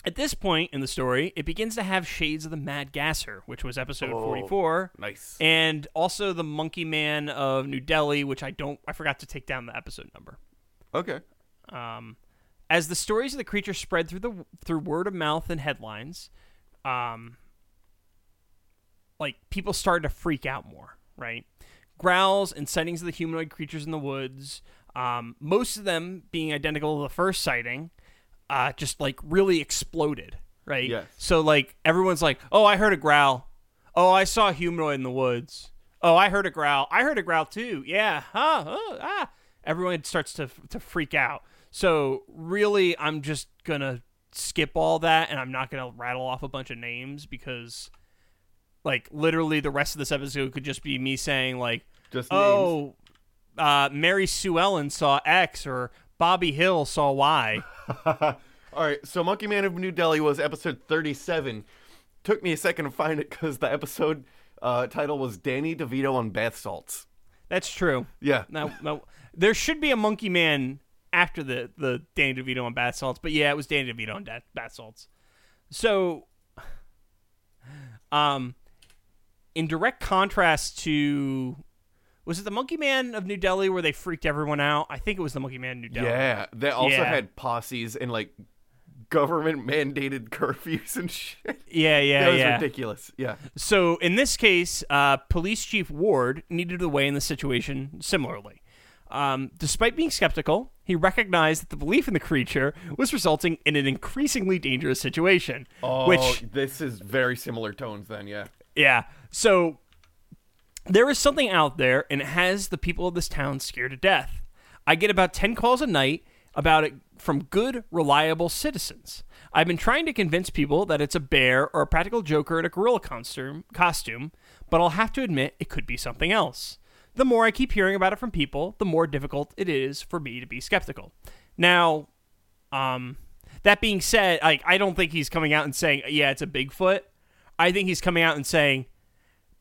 [SPEAKER 1] at this point in the story, it begins to have shades of the Mad Gasser, which was episode
[SPEAKER 2] Oh,
[SPEAKER 1] 44.
[SPEAKER 2] Nice.
[SPEAKER 1] And also the Monkey Man of New Delhi, which I don't I forgot to take down the episode number.
[SPEAKER 2] Okay.
[SPEAKER 1] Um, as the stories of the creature spread through the through word of mouth and headlines, um, like people started to freak out more, right? Growls and sightings of the humanoid creatures in the woods, um, most of them being identical to the first sighting, uh, just like really exploded, right?
[SPEAKER 2] Yes.
[SPEAKER 1] So like everyone's like, "Oh, I heard a growl. Oh, I saw a humanoid in the woods. Oh, I heard a growl. I heard a growl too. Yeah. Huh. Oh, ah." Everyone starts to to freak out. So really, I'm just gonna skip all that, and I'm not gonna rattle off a bunch of names because, like, literally the rest of this episode could just be me saying like,
[SPEAKER 2] Just names.
[SPEAKER 1] "Oh, uh, Mary Sue Ellen saw X," or Bobby Hill saw Y.
[SPEAKER 2] All right. So Monkey Man of New Delhi was episode 37. Took me a second to find it because the episode uh, title was Danny DeVito on bath salts.
[SPEAKER 1] That's true.
[SPEAKER 2] Yeah.
[SPEAKER 1] No, no. There should be a Monkey Man after the the Danny DeVito on bath salts, but yeah, it was Danny DeVito on da- bath salts. So, um, in direct contrast to, was it the Monkey Man of New Delhi where they freaked everyone out? I think it was the Monkey Man of New Delhi.
[SPEAKER 2] Yeah. That also
[SPEAKER 1] Yeah.
[SPEAKER 2] had posses and like government mandated curfews and shit.
[SPEAKER 1] yeah, yeah,
[SPEAKER 2] that was
[SPEAKER 1] yeah.
[SPEAKER 2] ridiculous. Yeah.
[SPEAKER 1] So in this case, uh, Police Chief Ward needed a way in the situation similarly. Um, despite being skeptical, he recognized that the belief in the creature was resulting in an increasingly dangerous situation. which,
[SPEAKER 2] Oh, this is very similar tones then, yeah.
[SPEAKER 1] yeah. So there is something out there, and it has the people of this town scared to death. I get about 10 calls a night about it from good, reliable citizens. I've been trying to convince people that it's a bear or a practical joker in a gorilla costume, costume, but I'll have to admit it could be something else. The more I keep hearing about it from people, the more difficult it is for me to be skeptical. Now, um, that being said, like I don't think he's coming out and saying, "Yeah, it's a Bigfoot." I think he's coming out and saying,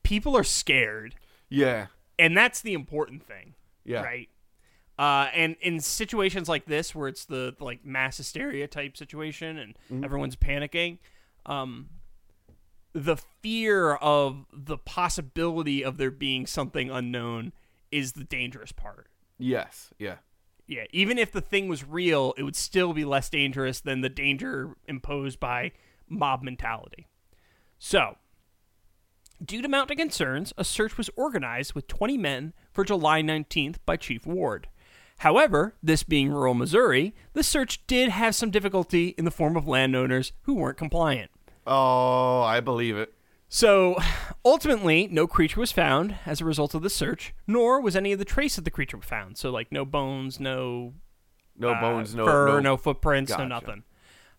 [SPEAKER 1] "People are scared."
[SPEAKER 2] Yeah.
[SPEAKER 1] and that's the important thing
[SPEAKER 2] Yeah.
[SPEAKER 1] right uh, and in situations like this where it's the like mass hysteria type situation and everyone's panicking um, the fear of the possibility of there being something unknown is the dangerous part
[SPEAKER 2] Yes. Yeah.
[SPEAKER 1] yeah even if the thing was real it would still be less dangerous than the danger imposed by mob mentality so due to mounting concerns a search was organized with 20 men for july 19th by chief ward however this being rural missouri the search did have some difficulty in the form of landowners who weren't compliant
[SPEAKER 2] Oh, I believe it.
[SPEAKER 1] so ultimately, no creature was found as a result of the search, nor was any of the trace of the creature found. So, like, no bones, no
[SPEAKER 2] No
[SPEAKER 1] uh,
[SPEAKER 2] bones, no
[SPEAKER 1] fur,
[SPEAKER 2] no,
[SPEAKER 1] footprints,
[SPEAKER 2] Gotcha.
[SPEAKER 1] no nothing.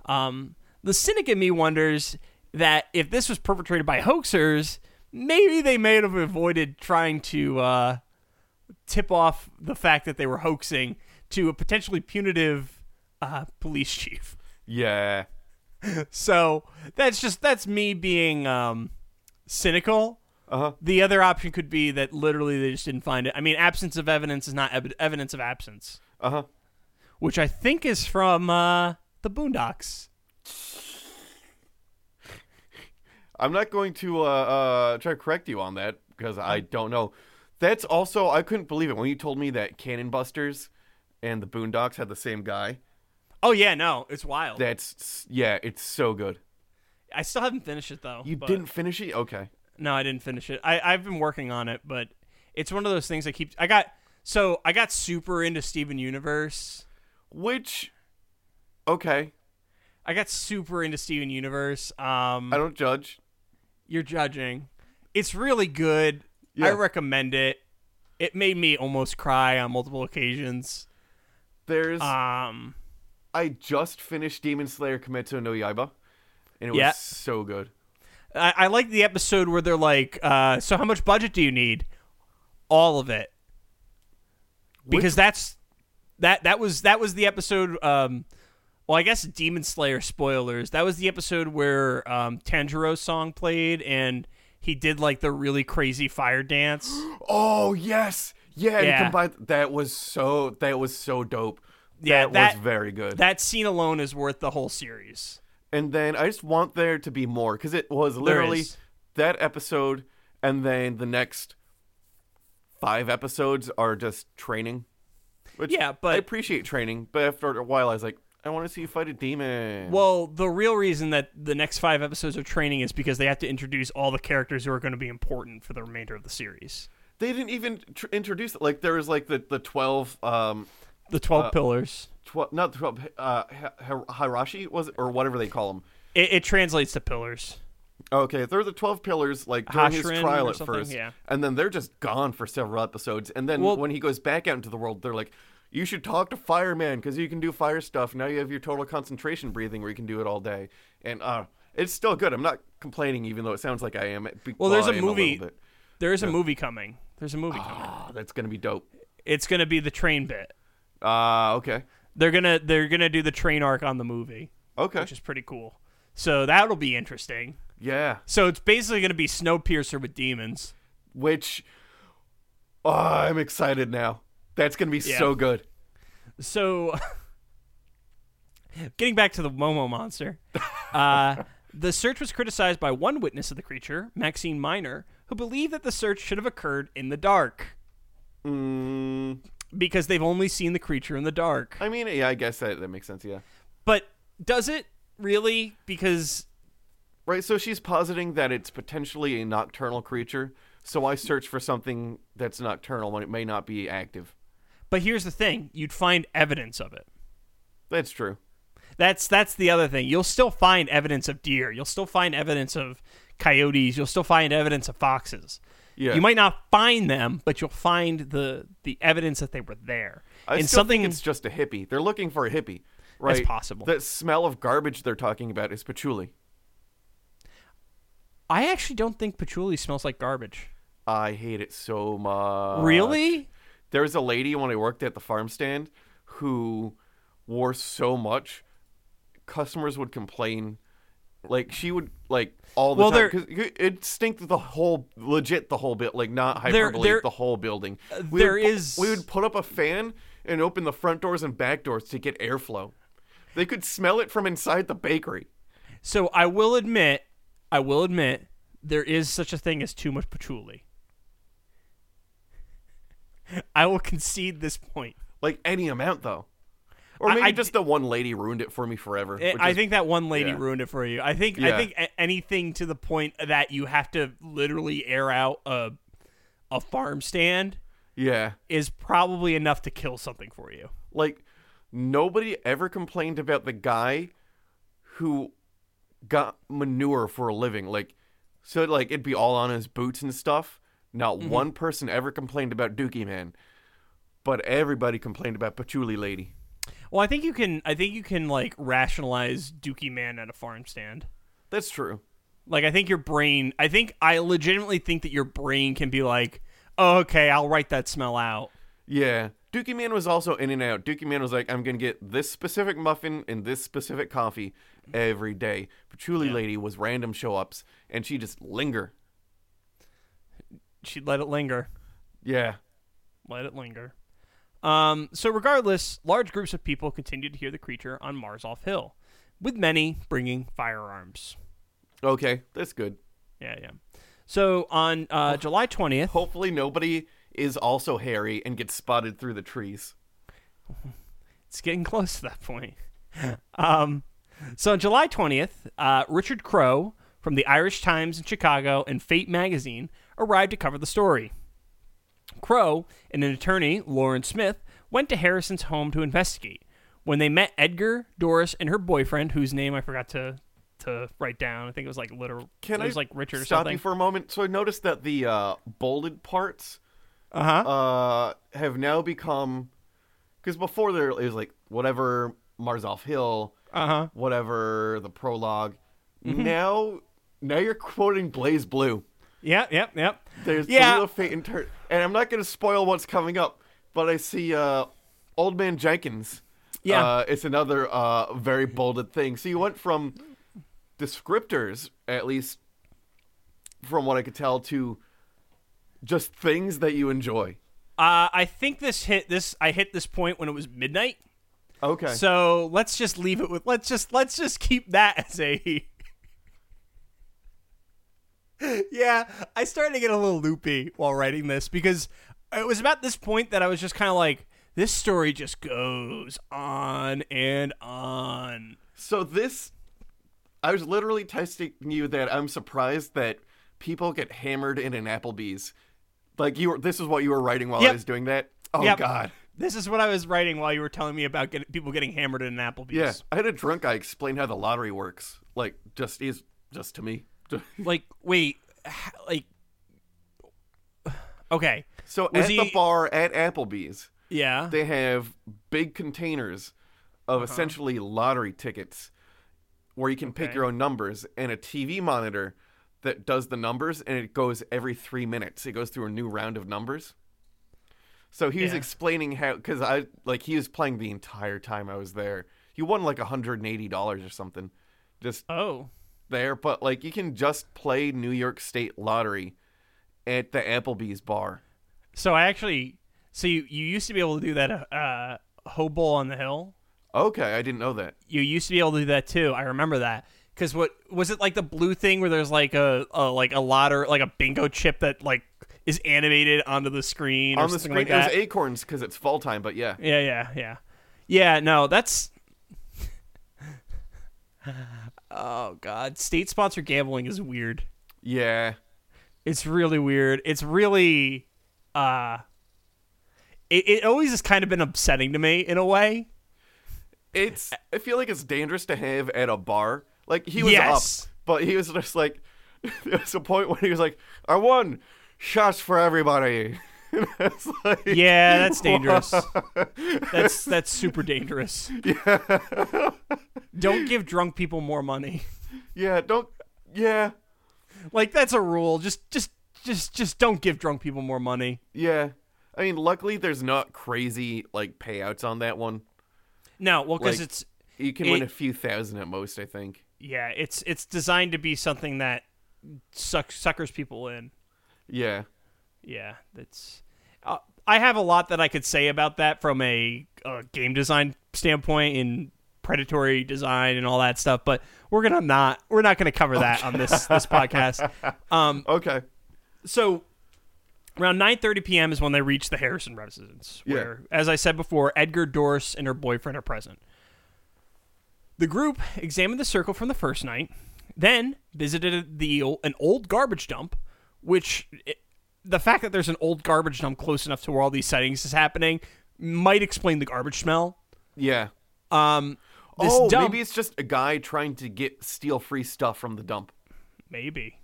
[SPEAKER 1] Um, the cynic in me wonders that if this was perpetrated by hoaxers, maybe they may have avoided trying to uh, tip off the fact that they were hoaxing to a potentially punitive uh, police chief.
[SPEAKER 2] Yeah.
[SPEAKER 1] So that's just that's me being um, cynical.
[SPEAKER 2] Uh-huh.
[SPEAKER 1] The other option could be that literally they just didn't find it. I mean, absence of evidence is not ev- evidence of absence,
[SPEAKER 2] Uh huh.
[SPEAKER 1] which I think is from uh, the Boondocks.
[SPEAKER 2] I'm not going to uh, uh, try to correct you on that because I don't know. That's also I couldn't believe it when you told me that Cannon Busters and the Boondocks had the same guy.
[SPEAKER 1] Oh yeah, no, it's wild.
[SPEAKER 2] That's yeah, it's so good.
[SPEAKER 1] I still haven't finished it though.
[SPEAKER 2] You
[SPEAKER 1] but-
[SPEAKER 2] didn't finish it? Okay.
[SPEAKER 1] No, I didn't finish it. I I've been working on it, but it's one of those things I keep. I got so I got super into Steven Universe.
[SPEAKER 2] Which okay,
[SPEAKER 1] I got super into Steven Universe. Um,
[SPEAKER 2] I don't judge.
[SPEAKER 1] you're judging. It's really good.
[SPEAKER 2] Yeah.
[SPEAKER 1] I recommend it. It made me almost cry on multiple occasions.
[SPEAKER 2] There's
[SPEAKER 1] Um,
[SPEAKER 2] I just finished Demon Slayer Kimetsu no Yaiba and it
[SPEAKER 1] Yeah.
[SPEAKER 2] was so good.
[SPEAKER 1] I, I like the episode where they're like, uh, "So how much budget do you need?" All of it, because that's that that was that was the episode um, Well, I guess Demon Slayer spoilers. That was the episode where um, Tanjiro's song played and he did like the really crazy fire dance.
[SPEAKER 2] Oh yes, yeah. And
[SPEAKER 1] Yeah.
[SPEAKER 2] combined, that was so that was so dope.
[SPEAKER 1] Yeah,
[SPEAKER 2] that,
[SPEAKER 1] that-
[SPEAKER 2] was very good.
[SPEAKER 1] That scene alone is worth the whole series.
[SPEAKER 2] and then I just want there to be more because it was literally
[SPEAKER 1] is.
[SPEAKER 2] that episode, and then the next five episodes are just training. Which
[SPEAKER 1] Yeah, but-
[SPEAKER 2] I appreciate training, but after a while, I was like, I want to see you fight a demon.
[SPEAKER 1] Well, the real reason that the next five episodes of training is because they have to introduce all the characters who are going to be important for the remainder of the series.
[SPEAKER 2] they didn't even tr- introduce it. Like there was like the the twelve um.
[SPEAKER 1] The twelve pillars.
[SPEAKER 2] Twelve, not the twelve. Uh, Hi- Hi- Hirashi was it, or whatever they call them.
[SPEAKER 1] It, it translates to pillars.
[SPEAKER 2] Okay, they're the twelve pillars, like during his
[SPEAKER 1] Hashrin
[SPEAKER 2] trial
[SPEAKER 1] or
[SPEAKER 2] at
[SPEAKER 1] something,
[SPEAKER 2] first,
[SPEAKER 1] yeah.
[SPEAKER 2] and then they're just gone for several episodes, and then
[SPEAKER 1] Well-
[SPEAKER 2] when he goes back out into the world, they're like, "You should talk to Fireman because you can do fire stuff. Now you have your total concentration breathing where you can do it all day." And uh, it's still good. I'm not complaining, even though it sounds like I am. Be-
[SPEAKER 1] Well, there's
[SPEAKER 2] I
[SPEAKER 1] a
[SPEAKER 2] am little
[SPEAKER 1] movie.
[SPEAKER 2] bit.
[SPEAKER 1] There is a movie coming. There's a movie coming.
[SPEAKER 2] Ah, that's gonna be dope.
[SPEAKER 1] It's going to be the train bit.
[SPEAKER 2] Ah, okay,
[SPEAKER 1] They're gonna they're gonna do the train arc on the movie,
[SPEAKER 2] okay,
[SPEAKER 1] which is pretty cool. So that'll be interesting.
[SPEAKER 2] yeah.
[SPEAKER 1] So it's basically gonna be Snowpiercer with demons.
[SPEAKER 2] Which, oh, I'm excited now. That's gonna be
[SPEAKER 1] Yeah.
[SPEAKER 2] so good.
[SPEAKER 1] So, getting back to the Momo monster, uh, the search was criticized by one witness of the creature, Maxine Miner, who believed that the search should have occurred in the dark
[SPEAKER 2] Mm,
[SPEAKER 1] because they've only seen the creature in the dark.
[SPEAKER 2] I mean, yeah, I guess that that makes sense. Yeah.
[SPEAKER 1] But does it really? Because
[SPEAKER 2] Right, so she's positing that it's potentially a nocturnal creature. So I search for something that's nocturnal when it may not be active.
[SPEAKER 1] but here's the thing: you'd find evidence of it.
[SPEAKER 2] That's true.
[SPEAKER 1] That's that's the other thing. You'll still find evidence of deer. You'll still find evidence of coyotes. You'll still find evidence of foxes.
[SPEAKER 2] Yeah.
[SPEAKER 1] You might not find them, but you'll find the the evidence that they were there.
[SPEAKER 2] I
[SPEAKER 1] and
[SPEAKER 2] still
[SPEAKER 1] something
[SPEAKER 2] think it's just a hippie. They're looking for a hippie. Right.
[SPEAKER 1] possible.
[SPEAKER 2] That smell of garbage they're talking about is patchouli.
[SPEAKER 1] I actually don't think patchouli smells like garbage.
[SPEAKER 2] I hate it so much.
[SPEAKER 1] really?
[SPEAKER 2] There was a lady when I worked at the farm stand who wore so much customers would complain like she would like all the
[SPEAKER 1] Well,
[SPEAKER 2] time
[SPEAKER 1] there-
[SPEAKER 2] 'cause it stinked the whole legit the whole bit like not
[SPEAKER 1] There-
[SPEAKER 2] hyperbole
[SPEAKER 1] there- uh,
[SPEAKER 2] the whole building
[SPEAKER 1] there
[SPEAKER 2] would, pu-
[SPEAKER 1] is-
[SPEAKER 2] we would put up a fan and open the front doors and back doors to get airflow they could smell it from inside the bakery
[SPEAKER 1] So I will admit, I will admit there is such a thing as too much patchouli. I will concede this point.
[SPEAKER 2] like any amount though or
[SPEAKER 1] I-
[SPEAKER 2] maybe
[SPEAKER 1] I
[SPEAKER 2] just the one lady ruined it for me forever
[SPEAKER 1] I-
[SPEAKER 2] which
[SPEAKER 1] Eh, I
[SPEAKER 2] is-
[SPEAKER 1] think that one lady
[SPEAKER 2] yeah.
[SPEAKER 1] ruined it for you. I think
[SPEAKER 2] Yeah.
[SPEAKER 1] I think a- anything to the point that you have to literally air out a a farm stand
[SPEAKER 2] yeah
[SPEAKER 1] is probably enough to kill something for you.
[SPEAKER 2] like nobody ever complained about the guy who got manure for a living like so like it'd be all on his boots and stuff not one person ever complained about dookie man but everybody complained about patchouli lady
[SPEAKER 1] Well, I think you can I think you can like rationalize Dookie Man at a farm stand.
[SPEAKER 2] that's true
[SPEAKER 1] Like I think your brain I think I legitimately think that your brain can be like, oh, "Okay, I'll write that smell out."
[SPEAKER 2] yeah dookie man was also in and out dookie man was like i'm gonna get this specific muffin and this specific coffee every day patchouli lady was random show-ups and she just linger
[SPEAKER 1] She'd let it linger.
[SPEAKER 2] yeah
[SPEAKER 1] Let it linger. Um, so, regardless, large groups of people continued to hear the creature on Mars off Hill, with many bringing firearms.
[SPEAKER 2] okay that's good
[SPEAKER 1] Yeah, yeah. So, on uh, July 20th,
[SPEAKER 2] Hopefully, nobody is also hairy and gets spotted through the trees.
[SPEAKER 1] it's getting close to that point. um, so, on July 20th, uh, Richard Crow from the Irish Times in Chicago and Fate magazine arrived to cover the story. Crow and an attorney, Lauren Smith, went to Harrison's home to investigate. When they met Edgar, Doris, and her boyfriend, whose name I forgot to to write down, I think it was like literal.
[SPEAKER 2] Can
[SPEAKER 1] it was
[SPEAKER 2] I
[SPEAKER 1] like Richard or
[SPEAKER 2] stop
[SPEAKER 1] something.
[SPEAKER 2] you for a moment? So I noticed that the uh, bolded parts
[SPEAKER 1] uh-huh.
[SPEAKER 2] uh, have now become because before there it was like whatever Mars off Hill,
[SPEAKER 1] Uh-huh. Mm-hmm.
[SPEAKER 2] whatever the prolog Now, now you're quoting Blaze Blue.
[SPEAKER 1] Yep, yep, yep.
[SPEAKER 2] There's
[SPEAKER 1] Yeah.
[SPEAKER 2] Blue of Fate and Tur- and I'm not going to spoil what's coming up, but I see uh, Old Man Jenkins
[SPEAKER 1] Yeah.
[SPEAKER 2] Uh, it's another uh, very bolded thing. So you went from descriptors, at least from what I could tell, to just things that you enjoy.
[SPEAKER 1] Uh, I think this hit this. I hit this point when it was midnight.
[SPEAKER 2] Okay.
[SPEAKER 1] So let's just leave it with let's just let's just keep that as a. yeah, I started to get a little loopy while writing this because it was about this point that I was just kind of like, this story just goes on and on.
[SPEAKER 2] So this, I was literally testing you that I'm surprised that people get hammered in an Applebee's. Like you, were, this is what you were writing while I
[SPEAKER 1] Yep.
[SPEAKER 2] was doing that. Oh
[SPEAKER 1] Yep.
[SPEAKER 2] God.
[SPEAKER 1] This is what I was writing while you were telling me about getting, people getting hammered in an Applebee's.
[SPEAKER 2] Yeah, I had a drunk guy explain how the lottery works. Like just is just to me.
[SPEAKER 1] Like, wait, h- like, okay,
[SPEAKER 2] So
[SPEAKER 1] Was
[SPEAKER 2] at
[SPEAKER 1] he-
[SPEAKER 2] the bar at Applebee's,
[SPEAKER 1] yeah,
[SPEAKER 2] they have big containers of
[SPEAKER 1] Uh-huh.
[SPEAKER 2] essentially lottery tickets where you can pick
[SPEAKER 1] Okay.
[SPEAKER 2] your own numbers and a TV monitor that does the numbers and it goes every three minutes. It goes through a new round of numbers. So he was
[SPEAKER 1] Yeah.
[SPEAKER 2] explaining how, because I like he was playing the entire time I was there. He won like $180 or something just
[SPEAKER 1] oh,
[SPEAKER 2] there, but like you can just play New York State Lottery at the Applebee's bar.
[SPEAKER 1] so I actually, so you, you used to be able to do that, uh, hobo on the hill.
[SPEAKER 2] Okay, I didn't know that.
[SPEAKER 1] You used to be able to do that too. I remember that because what was it like the blue thing where there's like a, a like a lotter like a bingo chip that like is animated onto the screen or
[SPEAKER 2] on the
[SPEAKER 1] something
[SPEAKER 2] screen
[SPEAKER 1] like
[SPEAKER 2] it was
[SPEAKER 1] that.
[SPEAKER 2] acorns because it's fall time but yeah
[SPEAKER 1] Yeah, yeah, yeah. Yeah, no, that's Oh god, state sponsored gambling is weird.
[SPEAKER 2] yeah
[SPEAKER 1] It's really weird. It's really uh it, it always has kind of been upsetting to me in a way.
[SPEAKER 2] it's i feel like it's dangerous to have at a bar like he was
[SPEAKER 1] Yes.
[SPEAKER 2] up but he was just like there was a point when he was like i won shots for everybody And I was like,
[SPEAKER 1] Yeah, that's dangerous. that's that's super dangerous. Don't give drunk people more money.
[SPEAKER 2] yeah don't yeah
[SPEAKER 1] Like that's a rule. Just just just just don't give drunk people more money.
[SPEAKER 2] yeah i mean luckily there's not crazy like payouts on that one
[SPEAKER 1] No, well cuz
[SPEAKER 2] Like-
[SPEAKER 1] it's
[SPEAKER 2] you can win
[SPEAKER 1] It-
[SPEAKER 2] a few thousand at most i think
[SPEAKER 1] yeah, it's it's designed to be something that suck, suckers people in.
[SPEAKER 2] yeah
[SPEAKER 1] Yeah, that's. Uh, I have a lot that I could say about that from a, uh game design standpoint and predatory design and all that stuff, but we're gonna not we're not gonna cover that on this this podcast.
[SPEAKER 2] okay
[SPEAKER 1] So around 9:30 p.m. is when they reach the Harrison residence,
[SPEAKER 2] Yeah.
[SPEAKER 1] where, as I said before, Edgar Dorse and her boyfriend are present. The group examined the circle from the first night, then visited the an old garbage dump, which it, the fact that there's an old garbage dump close enough to where all these sightings is happening might explain the garbage smell.
[SPEAKER 2] yeah
[SPEAKER 1] Um, this
[SPEAKER 2] oh
[SPEAKER 1] dump,
[SPEAKER 2] maybe it's just a guy trying to get steal free stuff from the dump
[SPEAKER 1] maybe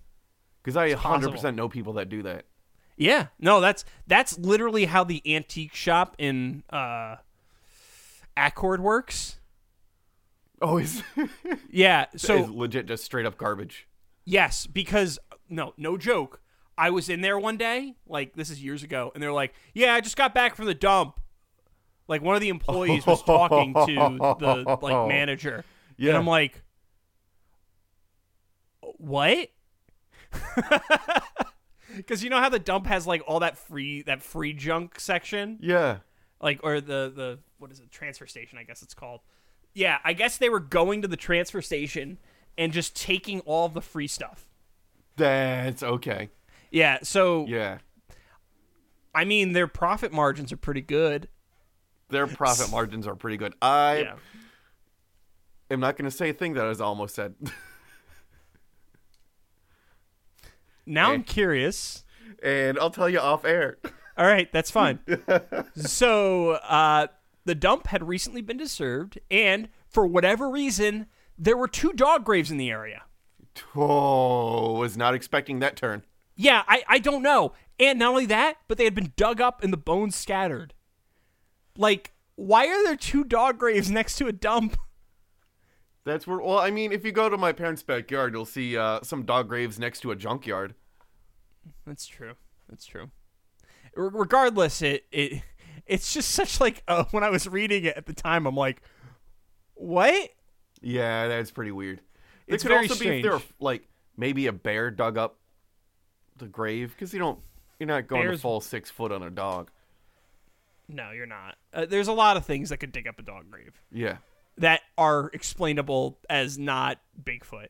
[SPEAKER 2] Because I hundred
[SPEAKER 1] possible.
[SPEAKER 2] percent know people that do that.
[SPEAKER 1] Yeah. No, that's that's literally how the antique shop in uh Accord works.
[SPEAKER 2] Oh, is
[SPEAKER 1] Yeah.
[SPEAKER 2] is
[SPEAKER 1] So
[SPEAKER 2] legit just straight up garbage?
[SPEAKER 1] yes, because no, no joke. I was in there one day, like this is years ago, and they're like, "Yeah, I just got back from the dump." Like one of the employees was talking to the like manager,
[SPEAKER 2] Yeah.
[SPEAKER 1] and I'm like, "What?" Because you know how the dump has like all that free that free junk section.
[SPEAKER 2] Yeah,
[SPEAKER 1] like or the the what is it transfer station i guess it's called yeah i guess they were going to the transfer station and just taking all the free stuff
[SPEAKER 2] that's okay.
[SPEAKER 1] yeah so
[SPEAKER 2] Yeah,
[SPEAKER 1] i mean their profit margins are pretty good
[SPEAKER 2] their profit margins are pretty good. I
[SPEAKER 1] yeah
[SPEAKER 2] am not going to say a thing that I was almost said.
[SPEAKER 1] now i'm
[SPEAKER 2] Eh.
[SPEAKER 1] curious
[SPEAKER 2] and I'll tell you off air.
[SPEAKER 1] all right that's fine so uh the dump had recently been disturbed and for whatever reason there were two dog graves in the area
[SPEAKER 2] Oh, was not expecting that turn.
[SPEAKER 1] yeah i i don't know and not only that but they had been dug up and the bones scattered like why are there two dog graves next to a dump
[SPEAKER 2] That's where. Well, I mean, if you go to my parents' backyard, you'll see uh, some dog graves next to a junkyard.
[SPEAKER 1] That's true. That's true. Re- regardless, it it it's just such like uh, when I was reading it at the time, I'm like, what?
[SPEAKER 2] Yeah, that's pretty weird. It
[SPEAKER 1] It's
[SPEAKER 2] could
[SPEAKER 1] very
[SPEAKER 2] also be if there were,
[SPEAKER 1] strange.
[SPEAKER 2] like maybe a bear dug up the grave because you don't you're not going to
[SPEAKER 1] Bears-
[SPEAKER 2] fall six foot on a dog.
[SPEAKER 1] No, you're not. Uh, there's a lot of things that could dig up a dog grave.
[SPEAKER 2] Yeah.
[SPEAKER 1] that are explainable as not Bigfoot.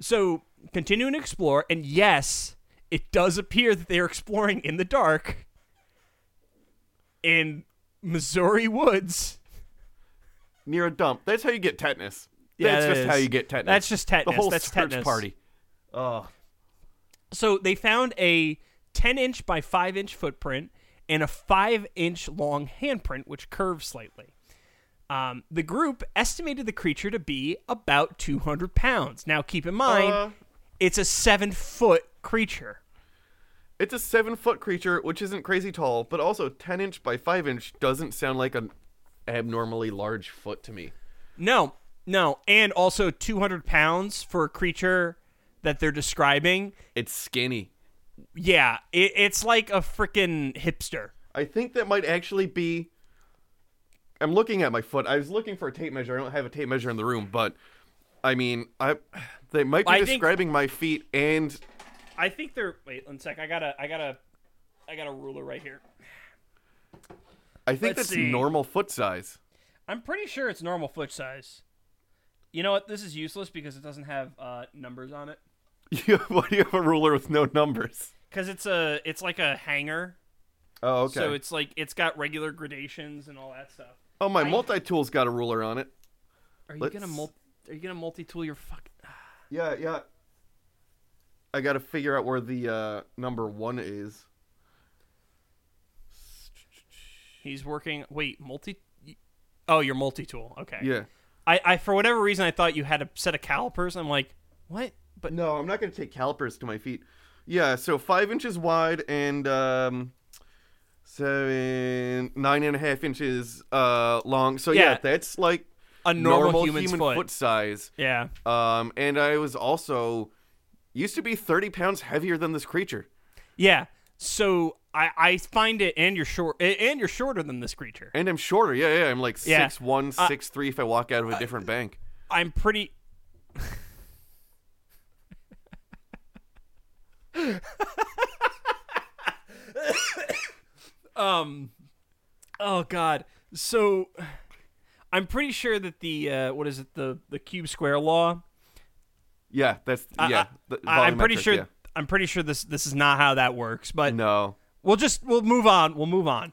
[SPEAKER 1] So continuing to explore, and yes, it does appear that they are exploring in the dark in Missouri woods.
[SPEAKER 2] Near a dump. That's how you get tetanus.
[SPEAKER 1] Yeah,
[SPEAKER 2] that's
[SPEAKER 1] that
[SPEAKER 2] just how
[SPEAKER 1] is.
[SPEAKER 2] you get tetanus.
[SPEAKER 1] That's just tetanus.
[SPEAKER 2] The whole
[SPEAKER 1] That's
[SPEAKER 2] search
[SPEAKER 1] tetanus.
[SPEAKER 2] party.
[SPEAKER 1] So they found a 10 inch by 5 inch footprint and a 5 inch long handprint, which curves slightly. Um, the group estimated the creature to be about 200 pounds. Now, keep in mind,
[SPEAKER 2] Uh.
[SPEAKER 1] it's a 7 foot creature.
[SPEAKER 2] It's a seven foot creature, which isn't crazy tall, but also ten inch by five inch doesn't sound like an abnormally large foot to me.
[SPEAKER 1] No, no, and also 200 pounds for a creature that they're describing.
[SPEAKER 2] It's skinny.
[SPEAKER 1] Yeah, it, it's like a freaking hipster.
[SPEAKER 2] I think that might actually be. I'm looking at my foot. I was looking for a tape measure. I don't have a tape measure in the room, but I mean, I they might be
[SPEAKER 1] I think-
[SPEAKER 2] describing my feet and
[SPEAKER 1] I think they're. Wait, one sec. I got a. I got a. I got a ruler right here.
[SPEAKER 2] I think
[SPEAKER 1] Let's
[SPEAKER 2] that's
[SPEAKER 1] see.
[SPEAKER 2] normal foot size.
[SPEAKER 1] I'm pretty sure it's normal foot size. You know what? This is useless because it doesn't have uh, numbers on it.
[SPEAKER 2] You why do you have a ruler with no numbers?
[SPEAKER 1] Because it's a. It's like a hanger.
[SPEAKER 2] Oh, okay.
[SPEAKER 1] So it's like it's got regular gradations and all that stuff.
[SPEAKER 2] oh, my multi tool's got a ruler on it.
[SPEAKER 1] Are you
[SPEAKER 2] Let's-
[SPEAKER 1] gonna mul- Are you gonna multi-tool your fuck?
[SPEAKER 2] Yeah, yeah. I got to figure out where the uh, number one is.
[SPEAKER 1] He's working. Wait, multi. Oh, your multi-tool. Okay.
[SPEAKER 2] Yeah.
[SPEAKER 1] I, I for whatever reason I thought you had a set of calipers. I'm like, what? But
[SPEAKER 2] No, I'm not going to take calipers to my feet. Yeah, so five inches wide and um, seven, nine and a half inches uh, long. So yeah,
[SPEAKER 1] Yeah.
[SPEAKER 2] that's like
[SPEAKER 1] a normal, human's
[SPEAKER 2] human
[SPEAKER 1] foot.
[SPEAKER 2] size.
[SPEAKER 1] Yeah.
[SPEAKER 2] Um, and I was also used to be 30 pounds heavier than this creature.
[SPEAKER 1] Yeah. So I I find it and you're short a- and you're shorter than this creature.
[SPEAKER 2] And I'm shorter. Yeah, yeah. I'm like six
[SPEAKER 1] Yeah.
[SPEAKER 2] one,
[SPEAKER 1] Uh,
[SPEAKER 2] six three. if I walk out of a different bank.
[SPEAKER 1] I'm pretty. um, oh god. So, I'm pretty sure that the uh, what is it the the cube square law?
[SPEAKER 2] Yeah, that's
[SPEAKER 1] I-
[SPEAKER 2] yeah.
[SPEAKER 1] I,
[SPEAKER 2] the
[SPEAKER 1] uh, I, am pretty
[SPEAKER 2] volumetric,
[SPEAKER 1] sure.
[SPEAKER 2] yeah.
[SPEAKER 1] I'm pretty sure this this is not how that works. But
[SPEAKER 2] No.
[SPEAKER 1] we'll just we'll move on. We'll move on.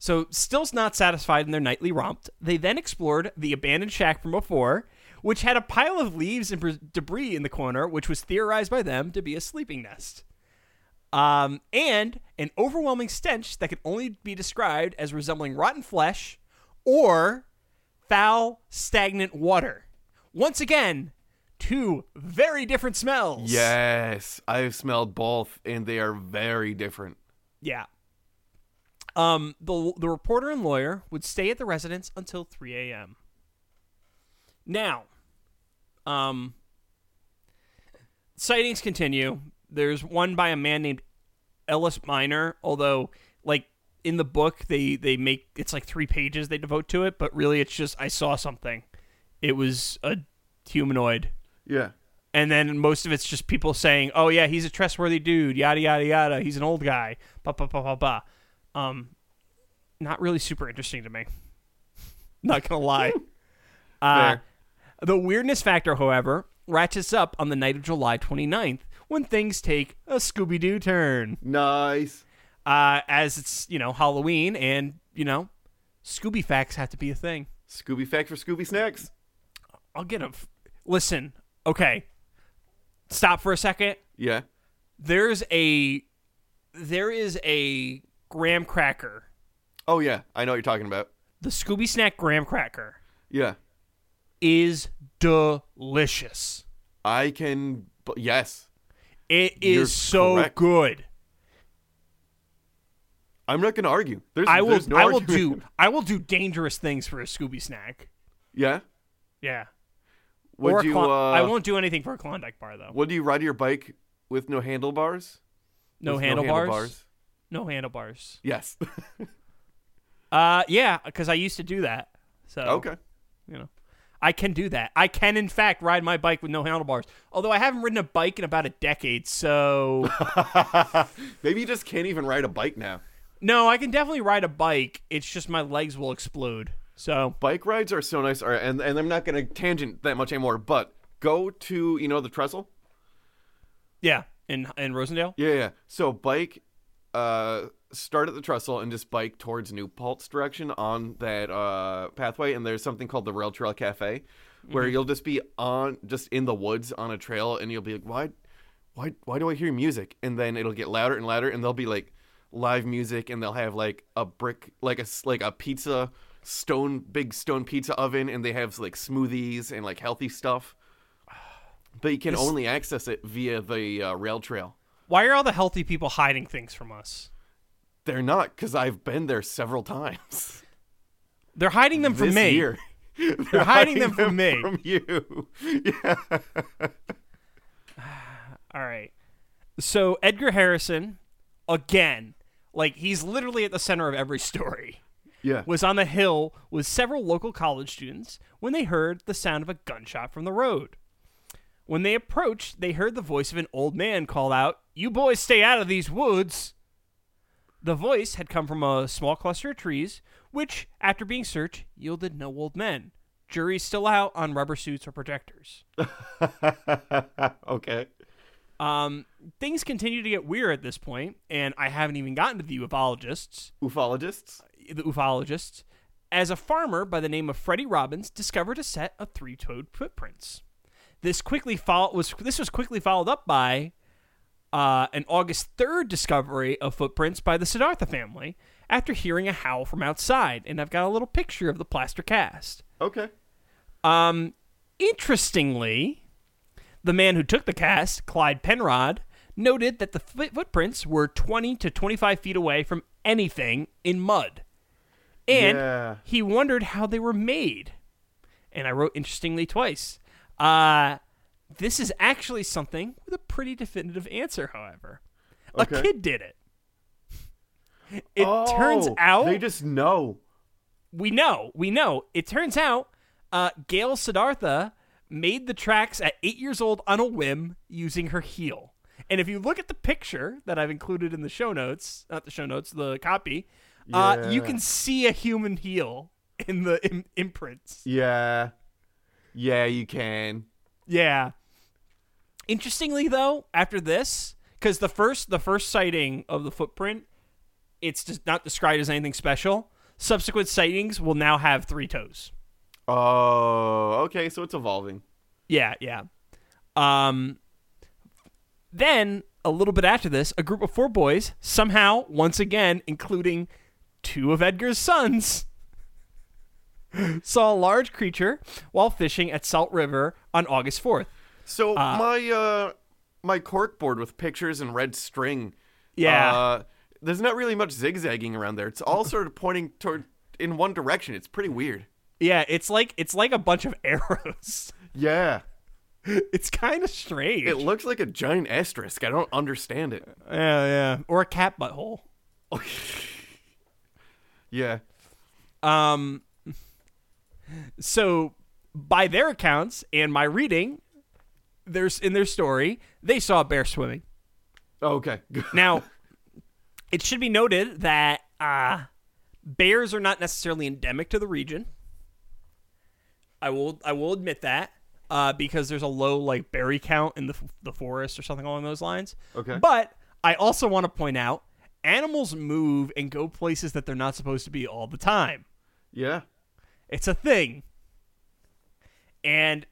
[SPEAKER 1] So, still not satisfied in their nightly romp, they then explored the abandoned shack from before, which had a pile of leaves and br- debris in the corner, which was theorized by them to be a sleeping nest. Um, and an overwhelming stench that could only be described as resembling rotten flesh or foul, stagnant water. Once again, two very different smells.
[SPEAKER 2] Yes, I've smelled both, and they are very different.
[SPEAKER 1] Yeah. Um, the the reporter and lawyer would stay at the residence until 3 a.m. Now, um, sightings continue. There's one by a man named Ellis Minor, although like in the book they they make it's like three pages they devote to it, but really it's just I saw something. It was a humanoid
[SPEAKER 2] Yeah.
[SPEAKER 1] and then most of it's just people saying, "Oh yeah, he's a trustworthy dude." Yada yada yada. He's an old guy. Ba ba ba ba ba. Um, not really super interesting to me. Not gonna lie. uh,
[SPEAKER 2] Fair.
[SPEAKER 1] the weirdness factor, however, ratchets up on the night of July 29th when things take a Scooby Doo turn.
[SPEAKER 2] Nice.
[SPEAKER 1] Uh, as it's you know Halloween and you know Scooby facts have to be a thing.
[SPEAKER 2] Scooby fact for Scooby snacks.
[SPEAKER 1] I'll get a. F- Listen, okay. Stop for a second.
[SPEAKER 2] Yeah.
[SPEAKER 1] there's a there is a graham cracker
[SPEAKER 2] Oh yeah, I know what you're talking about.
[SPEAKER 1] the scooby snack graham cracker
[SPEAKER 2] Yeah.
[SPEAKER 1] is delicious
[SPEAKER 2] I can. bu- Yes.
[SPEAKER 1] it is
[SPEAKER 2] You're
[SPEAKER 1] so
[SPEAKER 2] correct.
[SPEAKER 1] good
[SPEAKER 2] I'm not gonna argue. There's.
[SPEAKER 1] i will
[SPEAKER 2] there's no
[SPEAKER 1] i will
[SPEAKER 2] argument.
[SPEAKER 1] do i will do dangerous things for a scooby snack
[SPEAKER 2] Yeah.
[SPEAKER 1] yeah
[SPEAKER 2] Would
[SPEAKER 1] or a
[SPEAKER 2] you?
[SPEAKER 1] Klon-
[SPEAKER 2] uh,
[SPEAKER 1] i won't do anything for a klondike bar though
[SPEAKER 2] Would you ride your bike with no handlebars?
[SPEAKER 1] no
[SPEAKER 2] With
[SPEAKER 1] handlebars
[SPEAKER 2] No handlebars.
[SPEAKER 1] no handlebars
[SPEAKER 2] Yes.
[SPEAKER 1] Uh, yeah, because I used to do that. So
[SPEAKER 2] Okay.
[SPEAKER 1] you know, I can do that. I can, in fact, ride my bike with no handlebars. Although I haven't ridden a bike in about a decade, so
[SPEAKER 2] Maybe you just can't even ride a bike now.
[SPEAKER 1] no, I can definitely ride a bike. It's just my legs will explode. So
[SPEAKER 2] Bike rides are so nice. All right, and, and I'm not going to tangent that much anymore, but go to, you know, the trestle?
[SPEAKER 1] yeah, in in Rosendale.
[SPEAKER 2] Yeah, yeah. So bike, uh, start at the trestle and just bike towards New Paltz direction on that uh, pathway. And there's something called the Rail Trail Cafe, where you'll just be on, just in the woods on a trail, and you'll be like, why, why, why do I hear music? And then it'll get louder and louder, and they'll be like live music, and they'll have like a brick, like a s- like a pizza stone, big stone pizza oven, and they have like smoothies and like healthy stuff. But you can only access it via the uh, rail trail.
[SPEAKER 1] Why are all the healthy people hiding things from us?
[SPEAKER 2] They're not because I've been there several times
[SPEAKER 1] They're hiding them from
[SPEAKER 2] this
[SPEAKER 1] me.
[SPEAKER 2] year. They're,
[SPEAKER 1] hiding them from me.
[SPEAKER 2] From you. Yeah.
[SPEAKER 1] All right. So Edgar Harrison, again, like he's literally at the center of every story.
[SPEAKER 2] Yeah.
[SPEAKER 1] was on the hill with several local college students when they heard the sound of a gunshot from the road. When they approached, they heard the voice of an old man call out, You boys stay out of these woods. The voice had come from a small cluster of trees, which, after being searched, yielded no old men. Jury's still out on rubber suits or projectors.
[SPEAKER 2] okay.
[SPEAKER 1] Um, things continue to get weird at this point, and I haven't even gotten to the ufologists.
[SPEAKER 2] Ufologists.
[SPEAKER 1] the ufologists, as a farmer by the name of Freddie Robbins discovered a set of three-toed footprints. This quickly follow- was this was quickly followed up by uh, an August 3rd discovery of footprints by the Siddhartha family after hearing a howl from outside, and I've got a little picture of the plaster cast.
[SPEAKER 2] Okay.
[SPEAKER 1] Um, interestingly, the man who took the cast, Clyde Penrod, noted that the foot- footprints were 20 to 25 feet away from anything in mud. And
[SPEAKER 2] Yeah.
[SPEAKER 1] he wondered how they were made. And I wrote interestingly twice. Uh, this is actually something with a pretty definitive answer, however.
[SPEAKER 2] Okay.
[SPEAKER 1] A kid did it. It turns
[SPEAKER 2] Oh,
[SPEAKER 1] out
[SPEAKER 2] they just know.
[SPEAKER 1] we know, we know. It turns out uh, Gail Siddhartha made the tracks at eight years old on a whim using her heel. And if you look at the picture that I've included in the show notes, not the show notes, the copy, uh, you
[SPEAKER 2] Yeah.
[SPEAKER 1] can see a human heel in the Im- imprints.
[SPEAKER 2] Yeah. Yeah, you can.
[SPEAKER 1] Yeah. Interestingly, though, after this, because the first the first sighting of the footprint, it's just not described as anything special. Subsequent sightings will now have three toes.
[SPEAKER 2] Oh, okay. So it's evolving.
[SPEAKER 1] Yeah, yeah. Um, then a little bit after this, a group of four boys, somehow once again, including two of Edgar's sons, saw a large creature while fishing at Salt River on August fourth.
[SPEAKER 2] So my uh my cork board with pictures and red string.
[SPEAKER 1] Yeah.
[SPEAKER 2] Uh, there's not really much zigzagging around there. It's all sort of pointing toward in one direction. It's pretty weird.
[SPEAKER 1] Yeah, it's like it's like a bunch of arrows.
[SPEAKER 2] Yeah.
[SPEAKER 1] It's kind of strange.
[SPEAKER 2] It looks like a giant asterisk. I don't understand it.
[SPEAKER 1] yeah, yeah, or a cat butthole.
[SPEAKER 2] Yeah.
[SPEAKER 1] Um, so by their accounts and my reading, there's in their story they saw a bear swimming.
[SPEAKER 2] Oh, okay.
[SPEAKER 1] Now, it should be noted that uh, bears are not necessarily endemic to the region. I will I will admit that uh, because there's a low like berry count in the f- the forest or something along those lines.
[SPEAKER 2] Okay.
[SPEAKER 1] But I also want to point out animals move and go places that they're not supposed to be all the time.
[SPEAKER 2] yeah.
[SPEAKER 1] It's a thing. And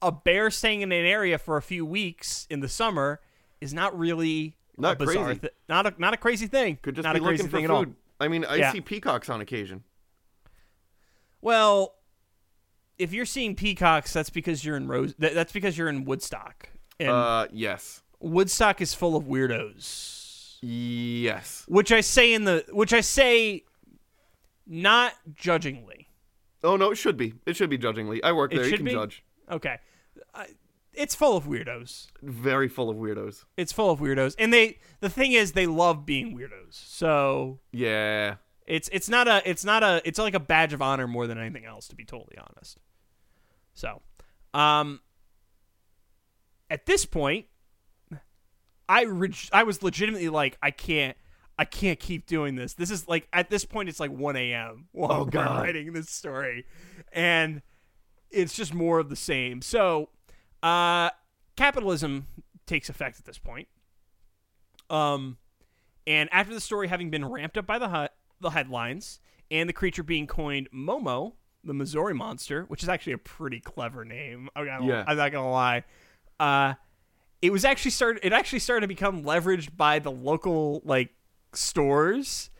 [SPEAKER 1] a bear staying in an area for a few weeks in the summer is not really
[SPEAKER 2] Not
[SPEAKER 1] a bizarre
[SPEAKER 2] crazy.
[SPEAKER 1] thi- not a not a crazy thing.
[SPEAKER 2] Could just
[SPEAKER 1] not
[SPEAKER 2] be
[SPEAKER 1] a crazy
[SPEAKER 2] looking for
[SPEAKER 1] thing
[SPEAKER 2] food.
[SPEAKER 1] at all.
[SPEAKER 2] I mean, I
[SPEAKER 1] Yeah.
[SPEAKER 2] see peacocks on occasion.
[SPEAKER 1] Well, if you're seeing peacocks, that's because you're in Rose. That, that's because you're in Woodstock, and
[SPEAKER 2] Uh, yes.
[SPEAKER 1] Woodstock is full of weirdos.
[SPEAKER 2] Yes.
[SPEAKER 1] Which I say in the which I say, not judgingly.
[SPEAKER 2] Oh no, it should be. It should be judgingly. I work
[SPEAKER 1] It
[SPEAKER 2] there. You
[SPEAKER 1] should
[SPEAKER 2] can
[SPEAKER 1] be?
[SPEAKER 2] judge.
[SPEAKER 1] Okay, I it's full of weirdos.
[SPEAKER 2] Very full of weirdos.
[SPEAKER 1] it's full of weirdos and they the thing is they love being weirdos so
[SPEAKER 2] Yeah.
[SPEAKER 1] It's it's not a it's not a it's like a badge of honor more than anything else to be totally honest. So, um at this point I reg- I was legitimately like I can't I can't keep doing this. This is like at this point it's like 1 a.m. while
[SPEAKER 2] Oh,
[SPEAKER 1] we're
[SPEAKER 2] God.
[SPEAKER 1] writing this story and it's just more of the same. So, uh capitalism takes effect at this point. Um and after the story having been ramped up by the hut, the headlines, and the creature being coined Momo, the Missouri monster, which is actually a pretty clever name. I'm, not-
[SPEAKER 2] Yeah.
[SPEAKER 1] I'm not gonna lie. Uh, it was actually started. It actually started to become leveraged by the local like stores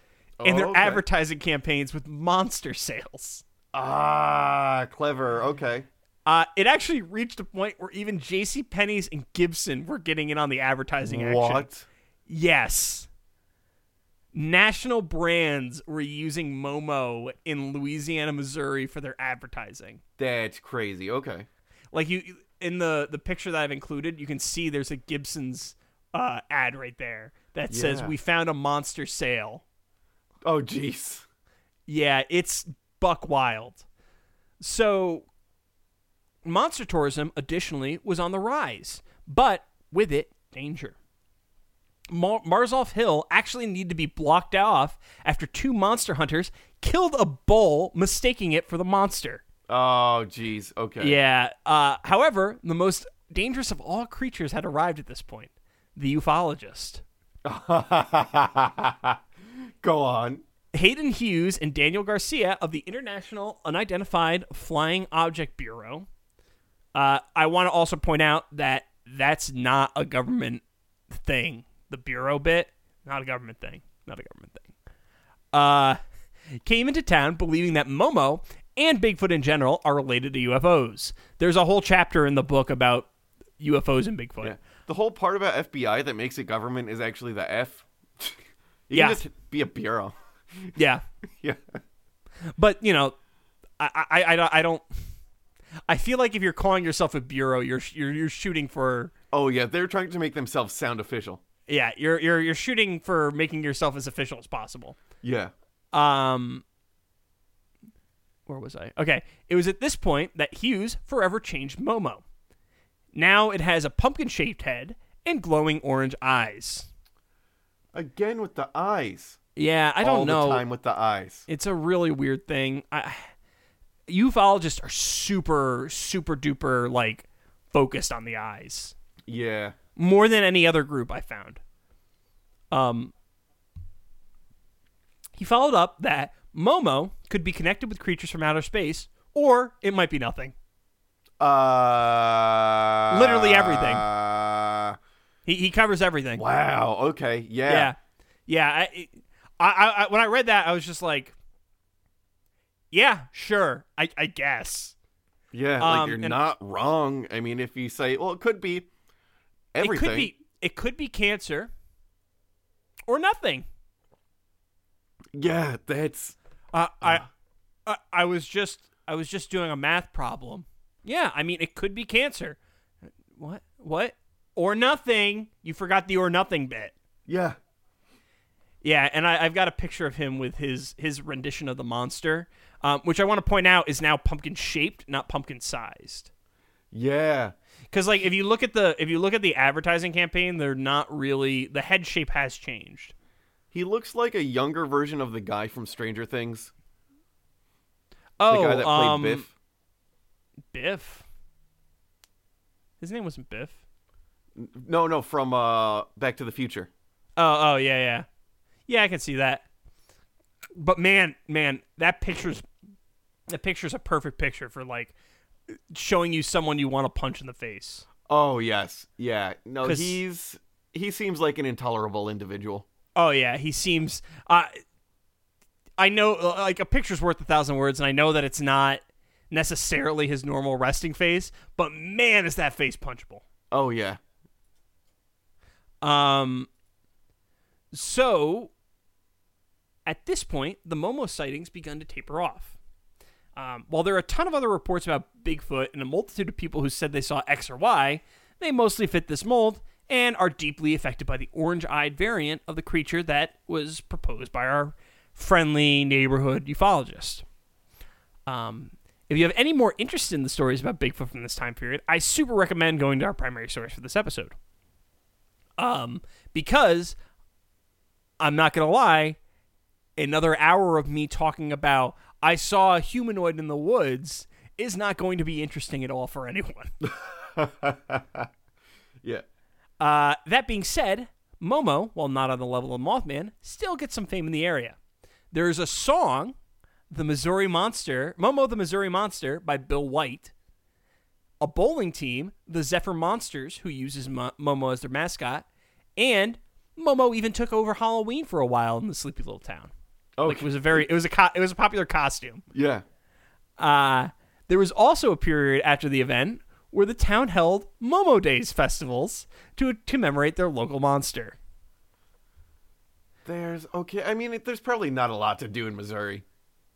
[SPEAKER 1] and their
[SPEAKER 2] Oh, okay.
[SPEAKER 1] advertising campaigns with monster sales.
[SPEAKER 2] Ah, clever. Okay.
[SPEAKER 1] Uh, it actually reached a point where even J.C. Penney's and Gibson were getting in on the advertising action.
[SPEAKER 2] What?
[SPEAKER 1] Yes. National brands were using Momo in Louisiana, Missouri for their advertising.
[SPEAKER 2] That's crazy. Okay.
[SPEAKER 1] Like you in the the picture that I've included, you can see there's a Gibson's uh, ad right there that says
[SPEAKER 2] Yeah.
[SPEAKER 1] we found a monster sale.
[SPEAKER 2] Oh, jeez.
[SPEAKER 1] Yeah, it's buck wild. So, monster tourism, additionally, was on the rise, but with it, danger. Mar- Marzolf Hill actually needed to be blocked off after two monster hunters killed a bull, mistaking it for the monster.
[SPEAKER 2] Oh, jeez. Okay.
[SPEAKER 1] Yeah. Uh, however, the most dangerous of all creatures had arrived at this point the ufologist.
[SPEAKER 2] Go on.
[SPEAKER 1] Hayden Hughes and Daniel Garcia of the International Unidentified Flying Object Bureau. Uh, I want to also point out that that's not a government thing. The bureau bit, not a government thing. Not a government thing. Uh, came into town believing that Momo and Bigfoot in general are related to UFOs. There's a whole chapter in the book about UFOs and Bigfoot.
[SPEAKER 2] Yeah. The whole part about FBI that makes it government is actually the F. you
[SPEAKER 1] Yeah.
[SPEAKER 2] can just be a bureau.
[SPEAKER 1] yeah.
[SPEAKER 2] yeah.
[SPEAKER 1] but you know, I I, I, don't- I don't. I feel like if you're calling yourself a bureau, you're you're you're shooting for
[SPEAKER 2] Oh, yeah. They're trying to make themselves sound official.
[SPEAKER 1] yeah, you're you're you're shooting for making yourself as official as possible.
[SPEAKER 2] Yeah.
[SPEAKER 1] Um, where was I? Okay, it was at this point that Hughes forever changed Momo. Now it has a pumpkin-shaped head and glowing orange eyes.
[SPEAKER 2] Again with the eyes.
[SPEAKER 1] Yeah, I don't
[SPEAKER 2] All
[SPEAKER 1] know.
[SPEAKER 2] the time with the eyes.
[SPEAKER 1] It's a really weird thing. I, ufologists are super, super duper like focused on the eyes
[SPEAKER 2] Yeah.
[SPEAKER 1] more than any other group I found. Um, he followed up that Momo could be connected with creatures from outer space, or it might be nothing.
[SPEAKER 2] Uh,
[SPEAKER 1] Literally everything.
[SPEAKER 2] Uh,
[SPEAKER 1] He he covers everything.
[SPEAKER 2] wow. Okay. Yeah.
[SPEAKER 1] Yeah, yeah. I, it- I, I, I when I read that, I was just like, yeah, sure, I, I guess.
[SPEAKER 2] Yeah,
[SPEAKER 1] Um,
[SPEAKER 2] like you're
[SPEAKER 1] and-
[SPEAKER 2] not wrong. I mean, if you say, well, it could be everything.
[SPEAKER 1] It could be it could be cancer or nothing.
[SPEAKER 2] Yeah, that's.
[SPEAKER 1] Uh, I, I I was just I was just doing a math problem. Yeah, I mean it could be cancer. What? What? Or nothing. You forgot the or nothing bit.
[SPEAKER 2] Yeah.
[SPEAKER 1] Yeah, and I, I've got a picture of him with his his rendition of the monster, um, which I want to point out is now pumpkin shaped, not pumpkin sized.
[SPEAKER 2] Yeah.
[SPEAKER 1] Because like if you look at the if you look at the advertising campaign, they're not really the head shape has changed.
[SPEAKER 2] He looks like a younger version of the guy from Stranger Things. The
[SPEAKER 1] Oh,
[SPEAKER 2] guy that played
[SPEAKER 1] um,
[SPEAKER 2] Biff.
[SPEAKER 1] Biff. His name wasn't Biff.
[SPEAKER 2] No, no, from uh, Back to the Future.
[SPEAKER 1] Oh, oh yeah, yeah, yeah. I can see that. But man, man, that picture's that picture's a perfect picture for like showing you someone you want to punch in the face.
[SPEAKER 2] Oh, yes. Yeah. No,
[SPEAKER 1] 'Cause-
[SPEAKER 2] he's. He seems like an intolerable individual.
[SPEAKER 1] Oh yeah, he seems. Uh, I know, uh, like a picture's worth a thousand words, and I know that it's not necessarily his normal resting face. But man, is that face punchable.
[SPEAKER 2] Oh, yeah.
[SPEAKER 1] Um, so at this point, the Momo sightings begun to taper off. Um, while there are a ton of other reports about Bigfoot and a multitude of people who said they saw X or Y, they mostly fit this mold and are deeply affected by the orange eyed variant of the creature that was proposed by our friendly neighborhood ufologist. Um, if you have any more interest in the stories about Bigfoot from this time period, I super recommend going to our primary source for this episode. Um, because I'm not gonna lie, another hour of me talking about I saw a humanoid in the woods is not going to be interesting at all for anyone.
[SPEAKER 2] Yeah.
[SPEAKER 1] Uh, that being said, Momo, while not on the level of Mothman, still gets some fame in the area. There is a song, The Missouri Monster, Momo the Missouri Monster by Bill White, a bowling team, the Zephyr Monsters, who uses Mo- Momo as their mascot, and Momo even took over Halloween for a while in the sleepy little town.
[SPEAKER 2] Oh,
[SPEAKER 1] Like it was a very it was a co- it was a popular costume.
[SPEAKER 2] yeah.
[SPEAKER 1] Uh, there was also a period after the event where the town held Momo Days festivals to commemorate their local monster.
[SPEAKER 2] There's okay. I mean, it, there's probably not a lot to do in Missouri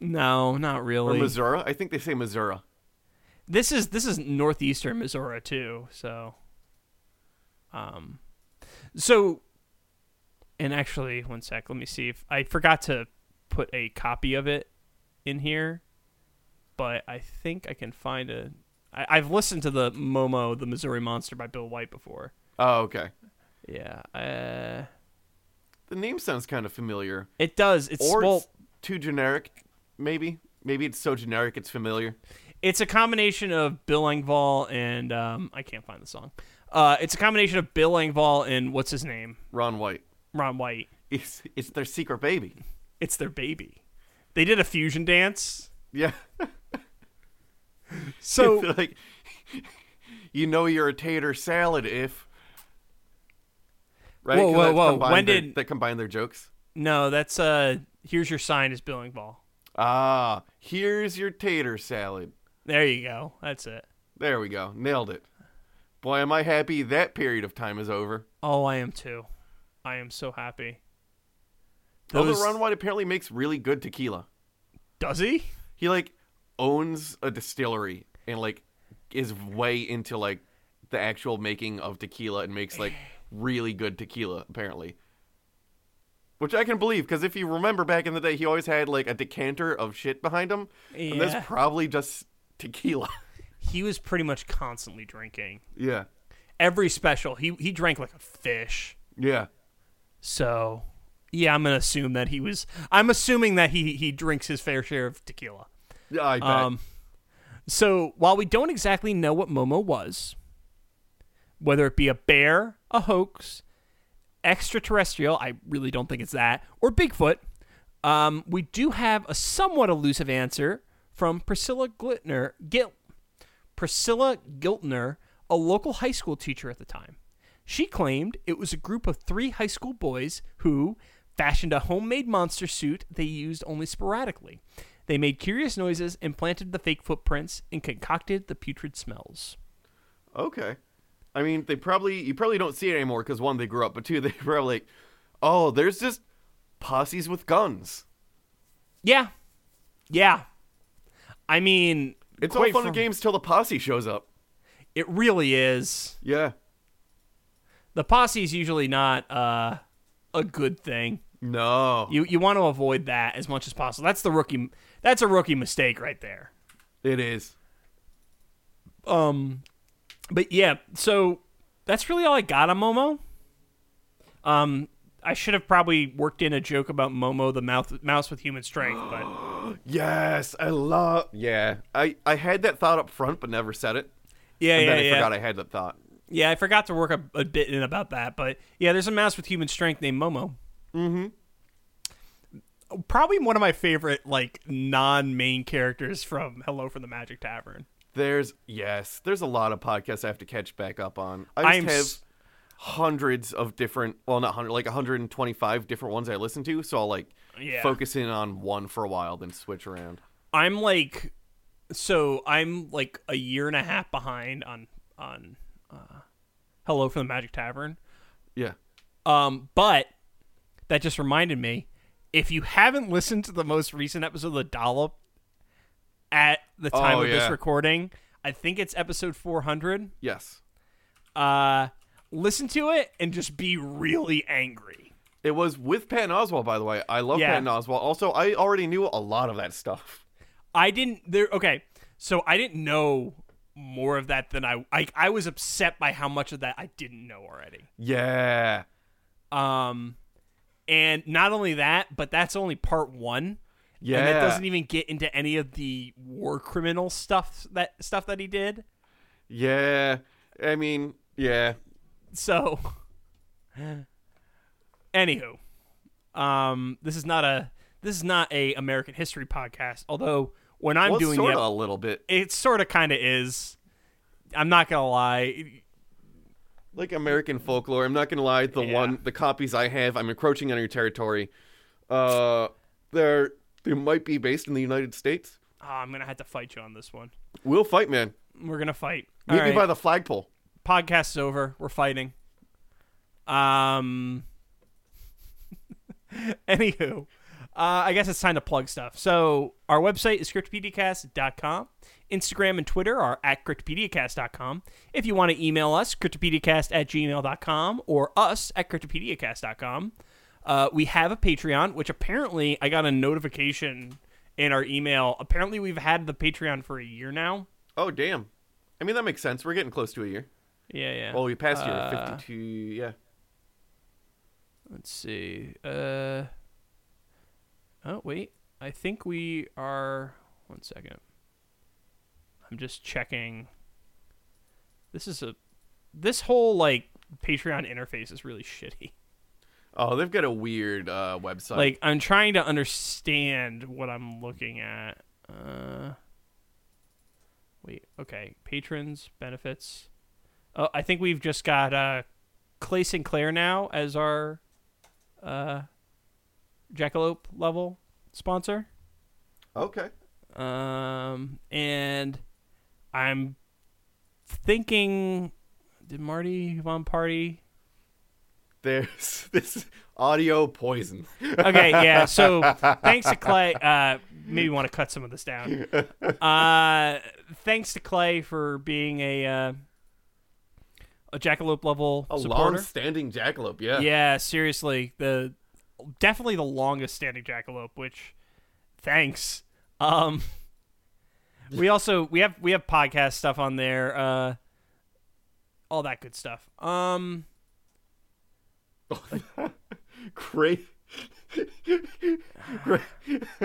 [SPEAKER 1] No, not
[SPEAKER 2] or
[SPEAKER 1] really.
[SPEAKER 2] Missouri. I think they say Missouri.
[SPEAKER 1] This is this is northeastern Missouri too. So, um, so, and actually, one sec. Let me see if I forgot to put a copy of it in here, but I think I can find a. I, I've listened to the Momo, the Missouri Monster by Bill White before.
[SPEAKER 2] Oh, okay.
[SPEAKER 1] Yeah. Uh,
[SPEAKER 2] The name sounds kind of familiar,
[SPEAKER 1] It does. It's
[SPEAKER 2] or
[SPEAKER 1] well,
[SPEAKER 2] it's too generic. Maybe, maybe it's so generic it's familiar.
[SPEAKER 1] it's a combination of Bill Engvall and um, I can't find the song. Uh, it's a combination of Bill Engvall and what's his name,
[SPEAKER 2] Ron White.
[SPEAKER 1] Ron White.
[SPEAKER 2] It's it's their secret baby.
[SPEAKER 1] It's their baby. They did a fusion dance.
[SPEAKER 2] Yeah.
[SPEAKER 1] So
[SPEAKER 2] like, you know you're a tater salad if. Right.
[SPEAKER 1] Whoa,
[SPEAKER 2] 'Cause
[SPEAKER 1] whoa,
[SPEAKER 2] that's
[SPEAKER 1] whoa.
[SPEAKER 2] combined
[SPEAKER 1] When
[SPEAKER 2] their-
[SPEAKER 1] did-
[SPEAKER 2] that combine their jokes?
[SPEAKER 1] no, that's uh. Here's your sign is Bill Engvall.
[SPEAKER 2] Ah, here's your tater salad.
[SPEAKER 1] There you go. That's it.
[SPEAKER 2] There we go. Nailed it. Boy, am I happy that period of time is over.
[SPEAKER 1] Oh, I am too. I am so happy.
[SPEAKER 2] Although
[SPEAKER 1] Those-
[SPEAKER 2] Ron White apparently makes really good tequila.
[SPEAKER 1] Does he?
[SPEAKER 2] He like owns a distillery and like is way into like the actual making of tequila and makes like really good tequila apparently. Which I can believe because if you remember back in the day, he always had like a decanter of shit behind him, and
[SPEAKER 1] Yeah.
[SPEAKER 2] that's probably just tequila.
[SPEAKER 1] He was pretty much constantly drinking.
[SPEAKER 2] yeah,
[SPEAKER 1] Every special, he he drank like a fish.
[SPEAKER 2] yeah.
[SPEAKER 1] So, yeah, I'm gonna assume that he was. I'm assuming that he he drinks his fair share of tequila.
[SPEAKER 2] Yeah, I bet.
[SPEAKER 1] Um, so while we don't exactly know what Momo was, whether it be a bear, a hoax, extraterrestrial, I really don't think it's that, or Bigfoot, um, we do have a somewhat elusive answer from Priscilla Glitner. Gil- Priscilla Giltner, a local high school teacher at the time. She claimed it was a group of three high school boys who fashioned a homemade monster suit they used only sporadically. They made curious noises and planted the fake footprints and concocted the putrid smells.
[SPEAKER 2] Okay. I mean, they probably you probably don't see it anymore because one, they grew up, but two, they probably like, oh, there's just posses with guns.
[SPEAKER 1] Yeah. Yeah. I mean,
[SPEAKER 2] It's
[SPEAKER 1] quite
[SPEAKER 2] all fun
[SPEAKER 1] fr-
[SPEAKER 2] and games till the posse shows up.
[SPEAKER 1] It really is.
[SPEAKER 2] Yeah.
[SPEAKER 1] The posse is usually not uh, a good thing.
[SPEAKER 2] No.
[SPEAKER 1] You you want to avoid that as much as possible. That's the rookie. That's a rookie mistake right there.
[SPEAKER 2] it is.
[SPEAKER 1] Um, but yeah, so that's really all I got on Momo. Um, I should have probably worked in a joke about Momo the mouth, mouse with human strength, but
[SPEAKER 2] Yes, I love. Yeah, I I had that thought up front, but never said it.
[SPEAKER 1] yeah,
[SPEAKER 2] and
[SPEAKER 1] yeah,
[SPEAKER 2] then I
[SPEAKER 1] yeah.
[SPEAKER 2] forgot I had that thought.
[SPEAKER 1] yeah, I forgot to work a, a bit in about that, but yeah, there's a mouse with human strength named Momo. Mm-hmm. Probably one of my favorite like non-main characters from Hello from the Magic Tavern.
[SPEAKER 2] There's yes, there's a lot of podcasts I have to catch back up on.
[SPEAKER 1] I
[SPEAKER 2] I
[SPEAKER 1] am
[SPEAKER 2] just have
[SPEAKER 1] s-
[SPEAKER 2] hundreds of different, well, not hundred, like 125 different ones I listen to. So I'll like
[SPEAKER 1] Yeah.
[SPEAKER 2] focus in on one for a while, then switch around.
[SPEAKER 1] I'm like, so I'm like a year and a half behind on on uh, Hello from the Magic Tavern.
[SPEAKER 2] Yeah.
[SPEAKER 1] Um, but that just reminded me, if you haven't listened to the most recent episode of the Dollop at the time
[SPEAKER 2] Oh,
[SPEAKER 1] of
[SPEAKER 2] yeah.
[SPEAKER 1] this recording, I think it's episode 400.
[SPEAKER 2] Yes.
[SPEAKER 1] Uh, listen to it and just be really angry.
[SPEAKER 2] It was with Patton Oswald, by the way. I love
[SPEAKER 1] Yeah.
[SPEAKER 2] Patton Oswald. Also, I already knew a lot of that stuff.
[SPEAKER 1] I didn't there okay. So I didn't know more of that than I I I was upset by how much of that I didn't know already.
[SPEAKER 2] Yeah.
[SPEAKER 1] Um and not only that, but that's only part 1.
[SPEAKER 2] Yeah.
[SPEAKER 1] And that doesn't even get into any of the war criminal stuff that stuff that he did.
[SPEAKER 2] Yeah. I mean, yeah.
[SPEAKER 1] So anywho, um this is not a this is not a American history podcast, although when I'm
[SPEAKER 2] well,
[SPEAKER 1] doing
[SPEAKER 2] sort
[SPEAKER 1] the
[SPEAKER 2] of a little bit.
[SPEAKER 1] it sort of kind of is. I'm not gonna lie.
[SPEAKER 2] like American folklore. I'm not gonna lie, the
[SPEAKER 1] Yeah.
[SPEAKER 2] one the copies I have, I'm encroaching on your territory. Uh, they're they might be based in the United States.
[SPEAKER 1] Oh, I'm gonna have to fight you on this one.
[SPEAKER 2] We'll fight, man.
[SPEAKER 1] We're gonna fight.
[SPEAKER 2] Meet
[SPEAKER 1] All
[SPEAKER 2] me
[SPEAKER 1] right.
[SPEAKER 2] by the flagpole.
[SPEAKER 1] Podcast's over. We're fighting. Um. Anywho, uh, I guess it's time to plug stuff. So our website is cryptopediacast.com. Instagram and Twitter are at cryptopediacast.com. If you want to email us, cryptopediacast at gmail.com or us at cryptopediacast.com. Uh, we have a Patreon, which apparently I got a notification in our email. Apparently we've had the Patreon for a year now.
[SPEAKER 2] Oh damn. I mean that makes sense. We're getting close to a year.
[SPEAKER 1] Yeah, yeah.
[SPEAKER 2] Oh, we passed year
[SPEAKER 1] Uh,
[SPEAKER 2] fifty-two. Yeah.
[SPEAKER 1] Let's see. Uh Oh, wait. I think we are one second. I'm just checking. This is a this whole like Patreon interface is really shitty.
[SPEAKER 2] Oh, they've got a weird uh, website.
[SPEAKER 1] Like I'm trying to understand what I'm looking at. Uh Wait, okay. Patrons benefits. Oh, I think we've just got uh Clay Sinclair now as our uh Jackalope level sponsor.
[SPEAKER 2] okay.
[SPEAKER 1] Um and I'm thinking did Marty Von Party
[SPEAKER 2] There's this audio poison.
[SPEAKER 1] Okay, yeah. So thanks to Clay. Uh, maybe want to cut some of this down. Uh, thanks to Clay for being a uh, a jackalope level
[SPEAKER 2] A
[SPEAKER 1] supporter.
[SPEAKER 2] long-standing jackalope. Yeah.
[SPEAKER 1] yeah, seriously, the definitely the longest standing jackalope. Which thanks. Um, we also we have we have podcast stuff on there. Uh, all that good stuff. Um.
[SPEAKER 2] Great. Great.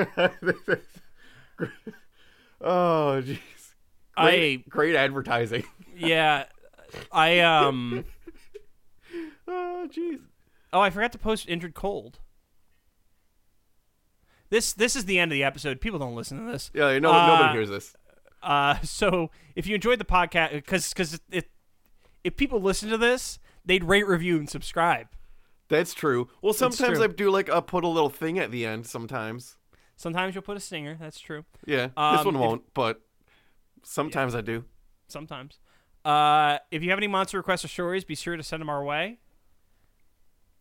[SPEAKER 2] oh jeez.
[SPEAKER 1] I
[SPEAKER 2] Great- great advertising.
[SPEAKER 1] yeah, I um
[SPEAKER 2] Oh jeez.
[SPEAKER 1] Oh, I forgot to post injured cold. This this is the end of the episode. People don't listen to this.
[SPEAKER 2] Yeah, no,
[SPEAKER 1] Uh,
[SPEAKER 2] nobody hears this.
[SPEAKER 1] Uh, so if you enjoyed the podcast, because because it, if people listen to this, they'd rate, review, and subscribe.
[SPEAKER 2] That's true. Well, sometimes
[SPEAKER 1] true.
[SPEAKER 2] I do like I put a little thing at the end. Sometimes,
[SPEAKER 1] Sometimes you'll put a stinger. That's true.
[SPEAKER 2] yeah,
[SPEAKER 1] Um,
[SPEAKER 2] this one
[SPEAKER 1] if-
[SPEAKER 2] won't, but sometimes I do.
[SPEAKER 1] Sometimes. Uh, if you have any monster requests or stories, be sure to send them our way.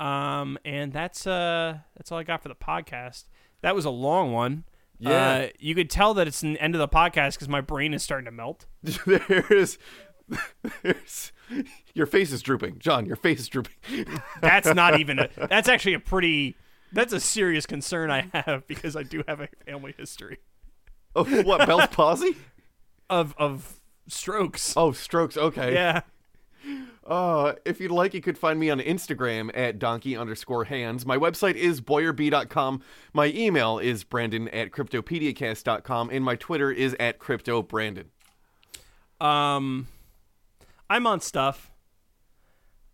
[SPEAKER 1] Um, and that's uh that's all I got for the podcast. That was a long one.
[SPEAKER 2] Yeah.
[SPEAKER 1] Uh, you could tell that it's an end of the podcast because my brain is starting to melt.
[SPEAKER 2] there's, there's, your face is drooping, John. Your face is drooping.
[SPEAKER 1] That's not even a. That's actually a pretty. That's a serious concern I have because I do have a family history
[SPEAKER 2] oh, what Bell's palsy?
[SPEAKER 1] of of strokes.
[SPEAKER 2] Oh, strokes. Okay.
[SPEAKER 1] Yeah.
[SPEAKER 2] Uh, if you'd like, you could find me on Instagram at donkey underscore hands. My website is boyerb.com. My email is brandon at cryptopediacast.com, and my Twitter is at cryptobrandon.
[SPEAKER 1] Um, I'm on stuff.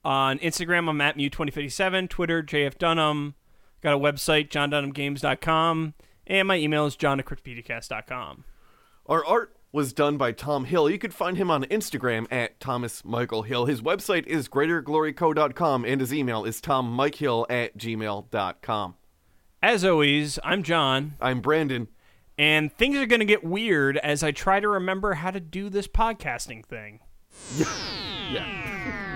[SPEAKER 1] On Instagram, I'm at Mew2057. Twitter, JF Dunham. Got a website, johndunhamgames.com. And my email is john at cryptopediacast.com.
[SPEAKER 2] Our art was done by Tom Hill. You could find him on Instagram at Thomas Michael Hill. His website is greatergloryco.com and his email is tommikehill at gmail.com.
[SPEAKER 1] As always, I'm John,
[SPEAKER 2] I'm Brandon.
[SPEAKER 1] and things are going to get weird as I try to remember how to do this podcasting thing.
[SPEAKER 2] Yeah.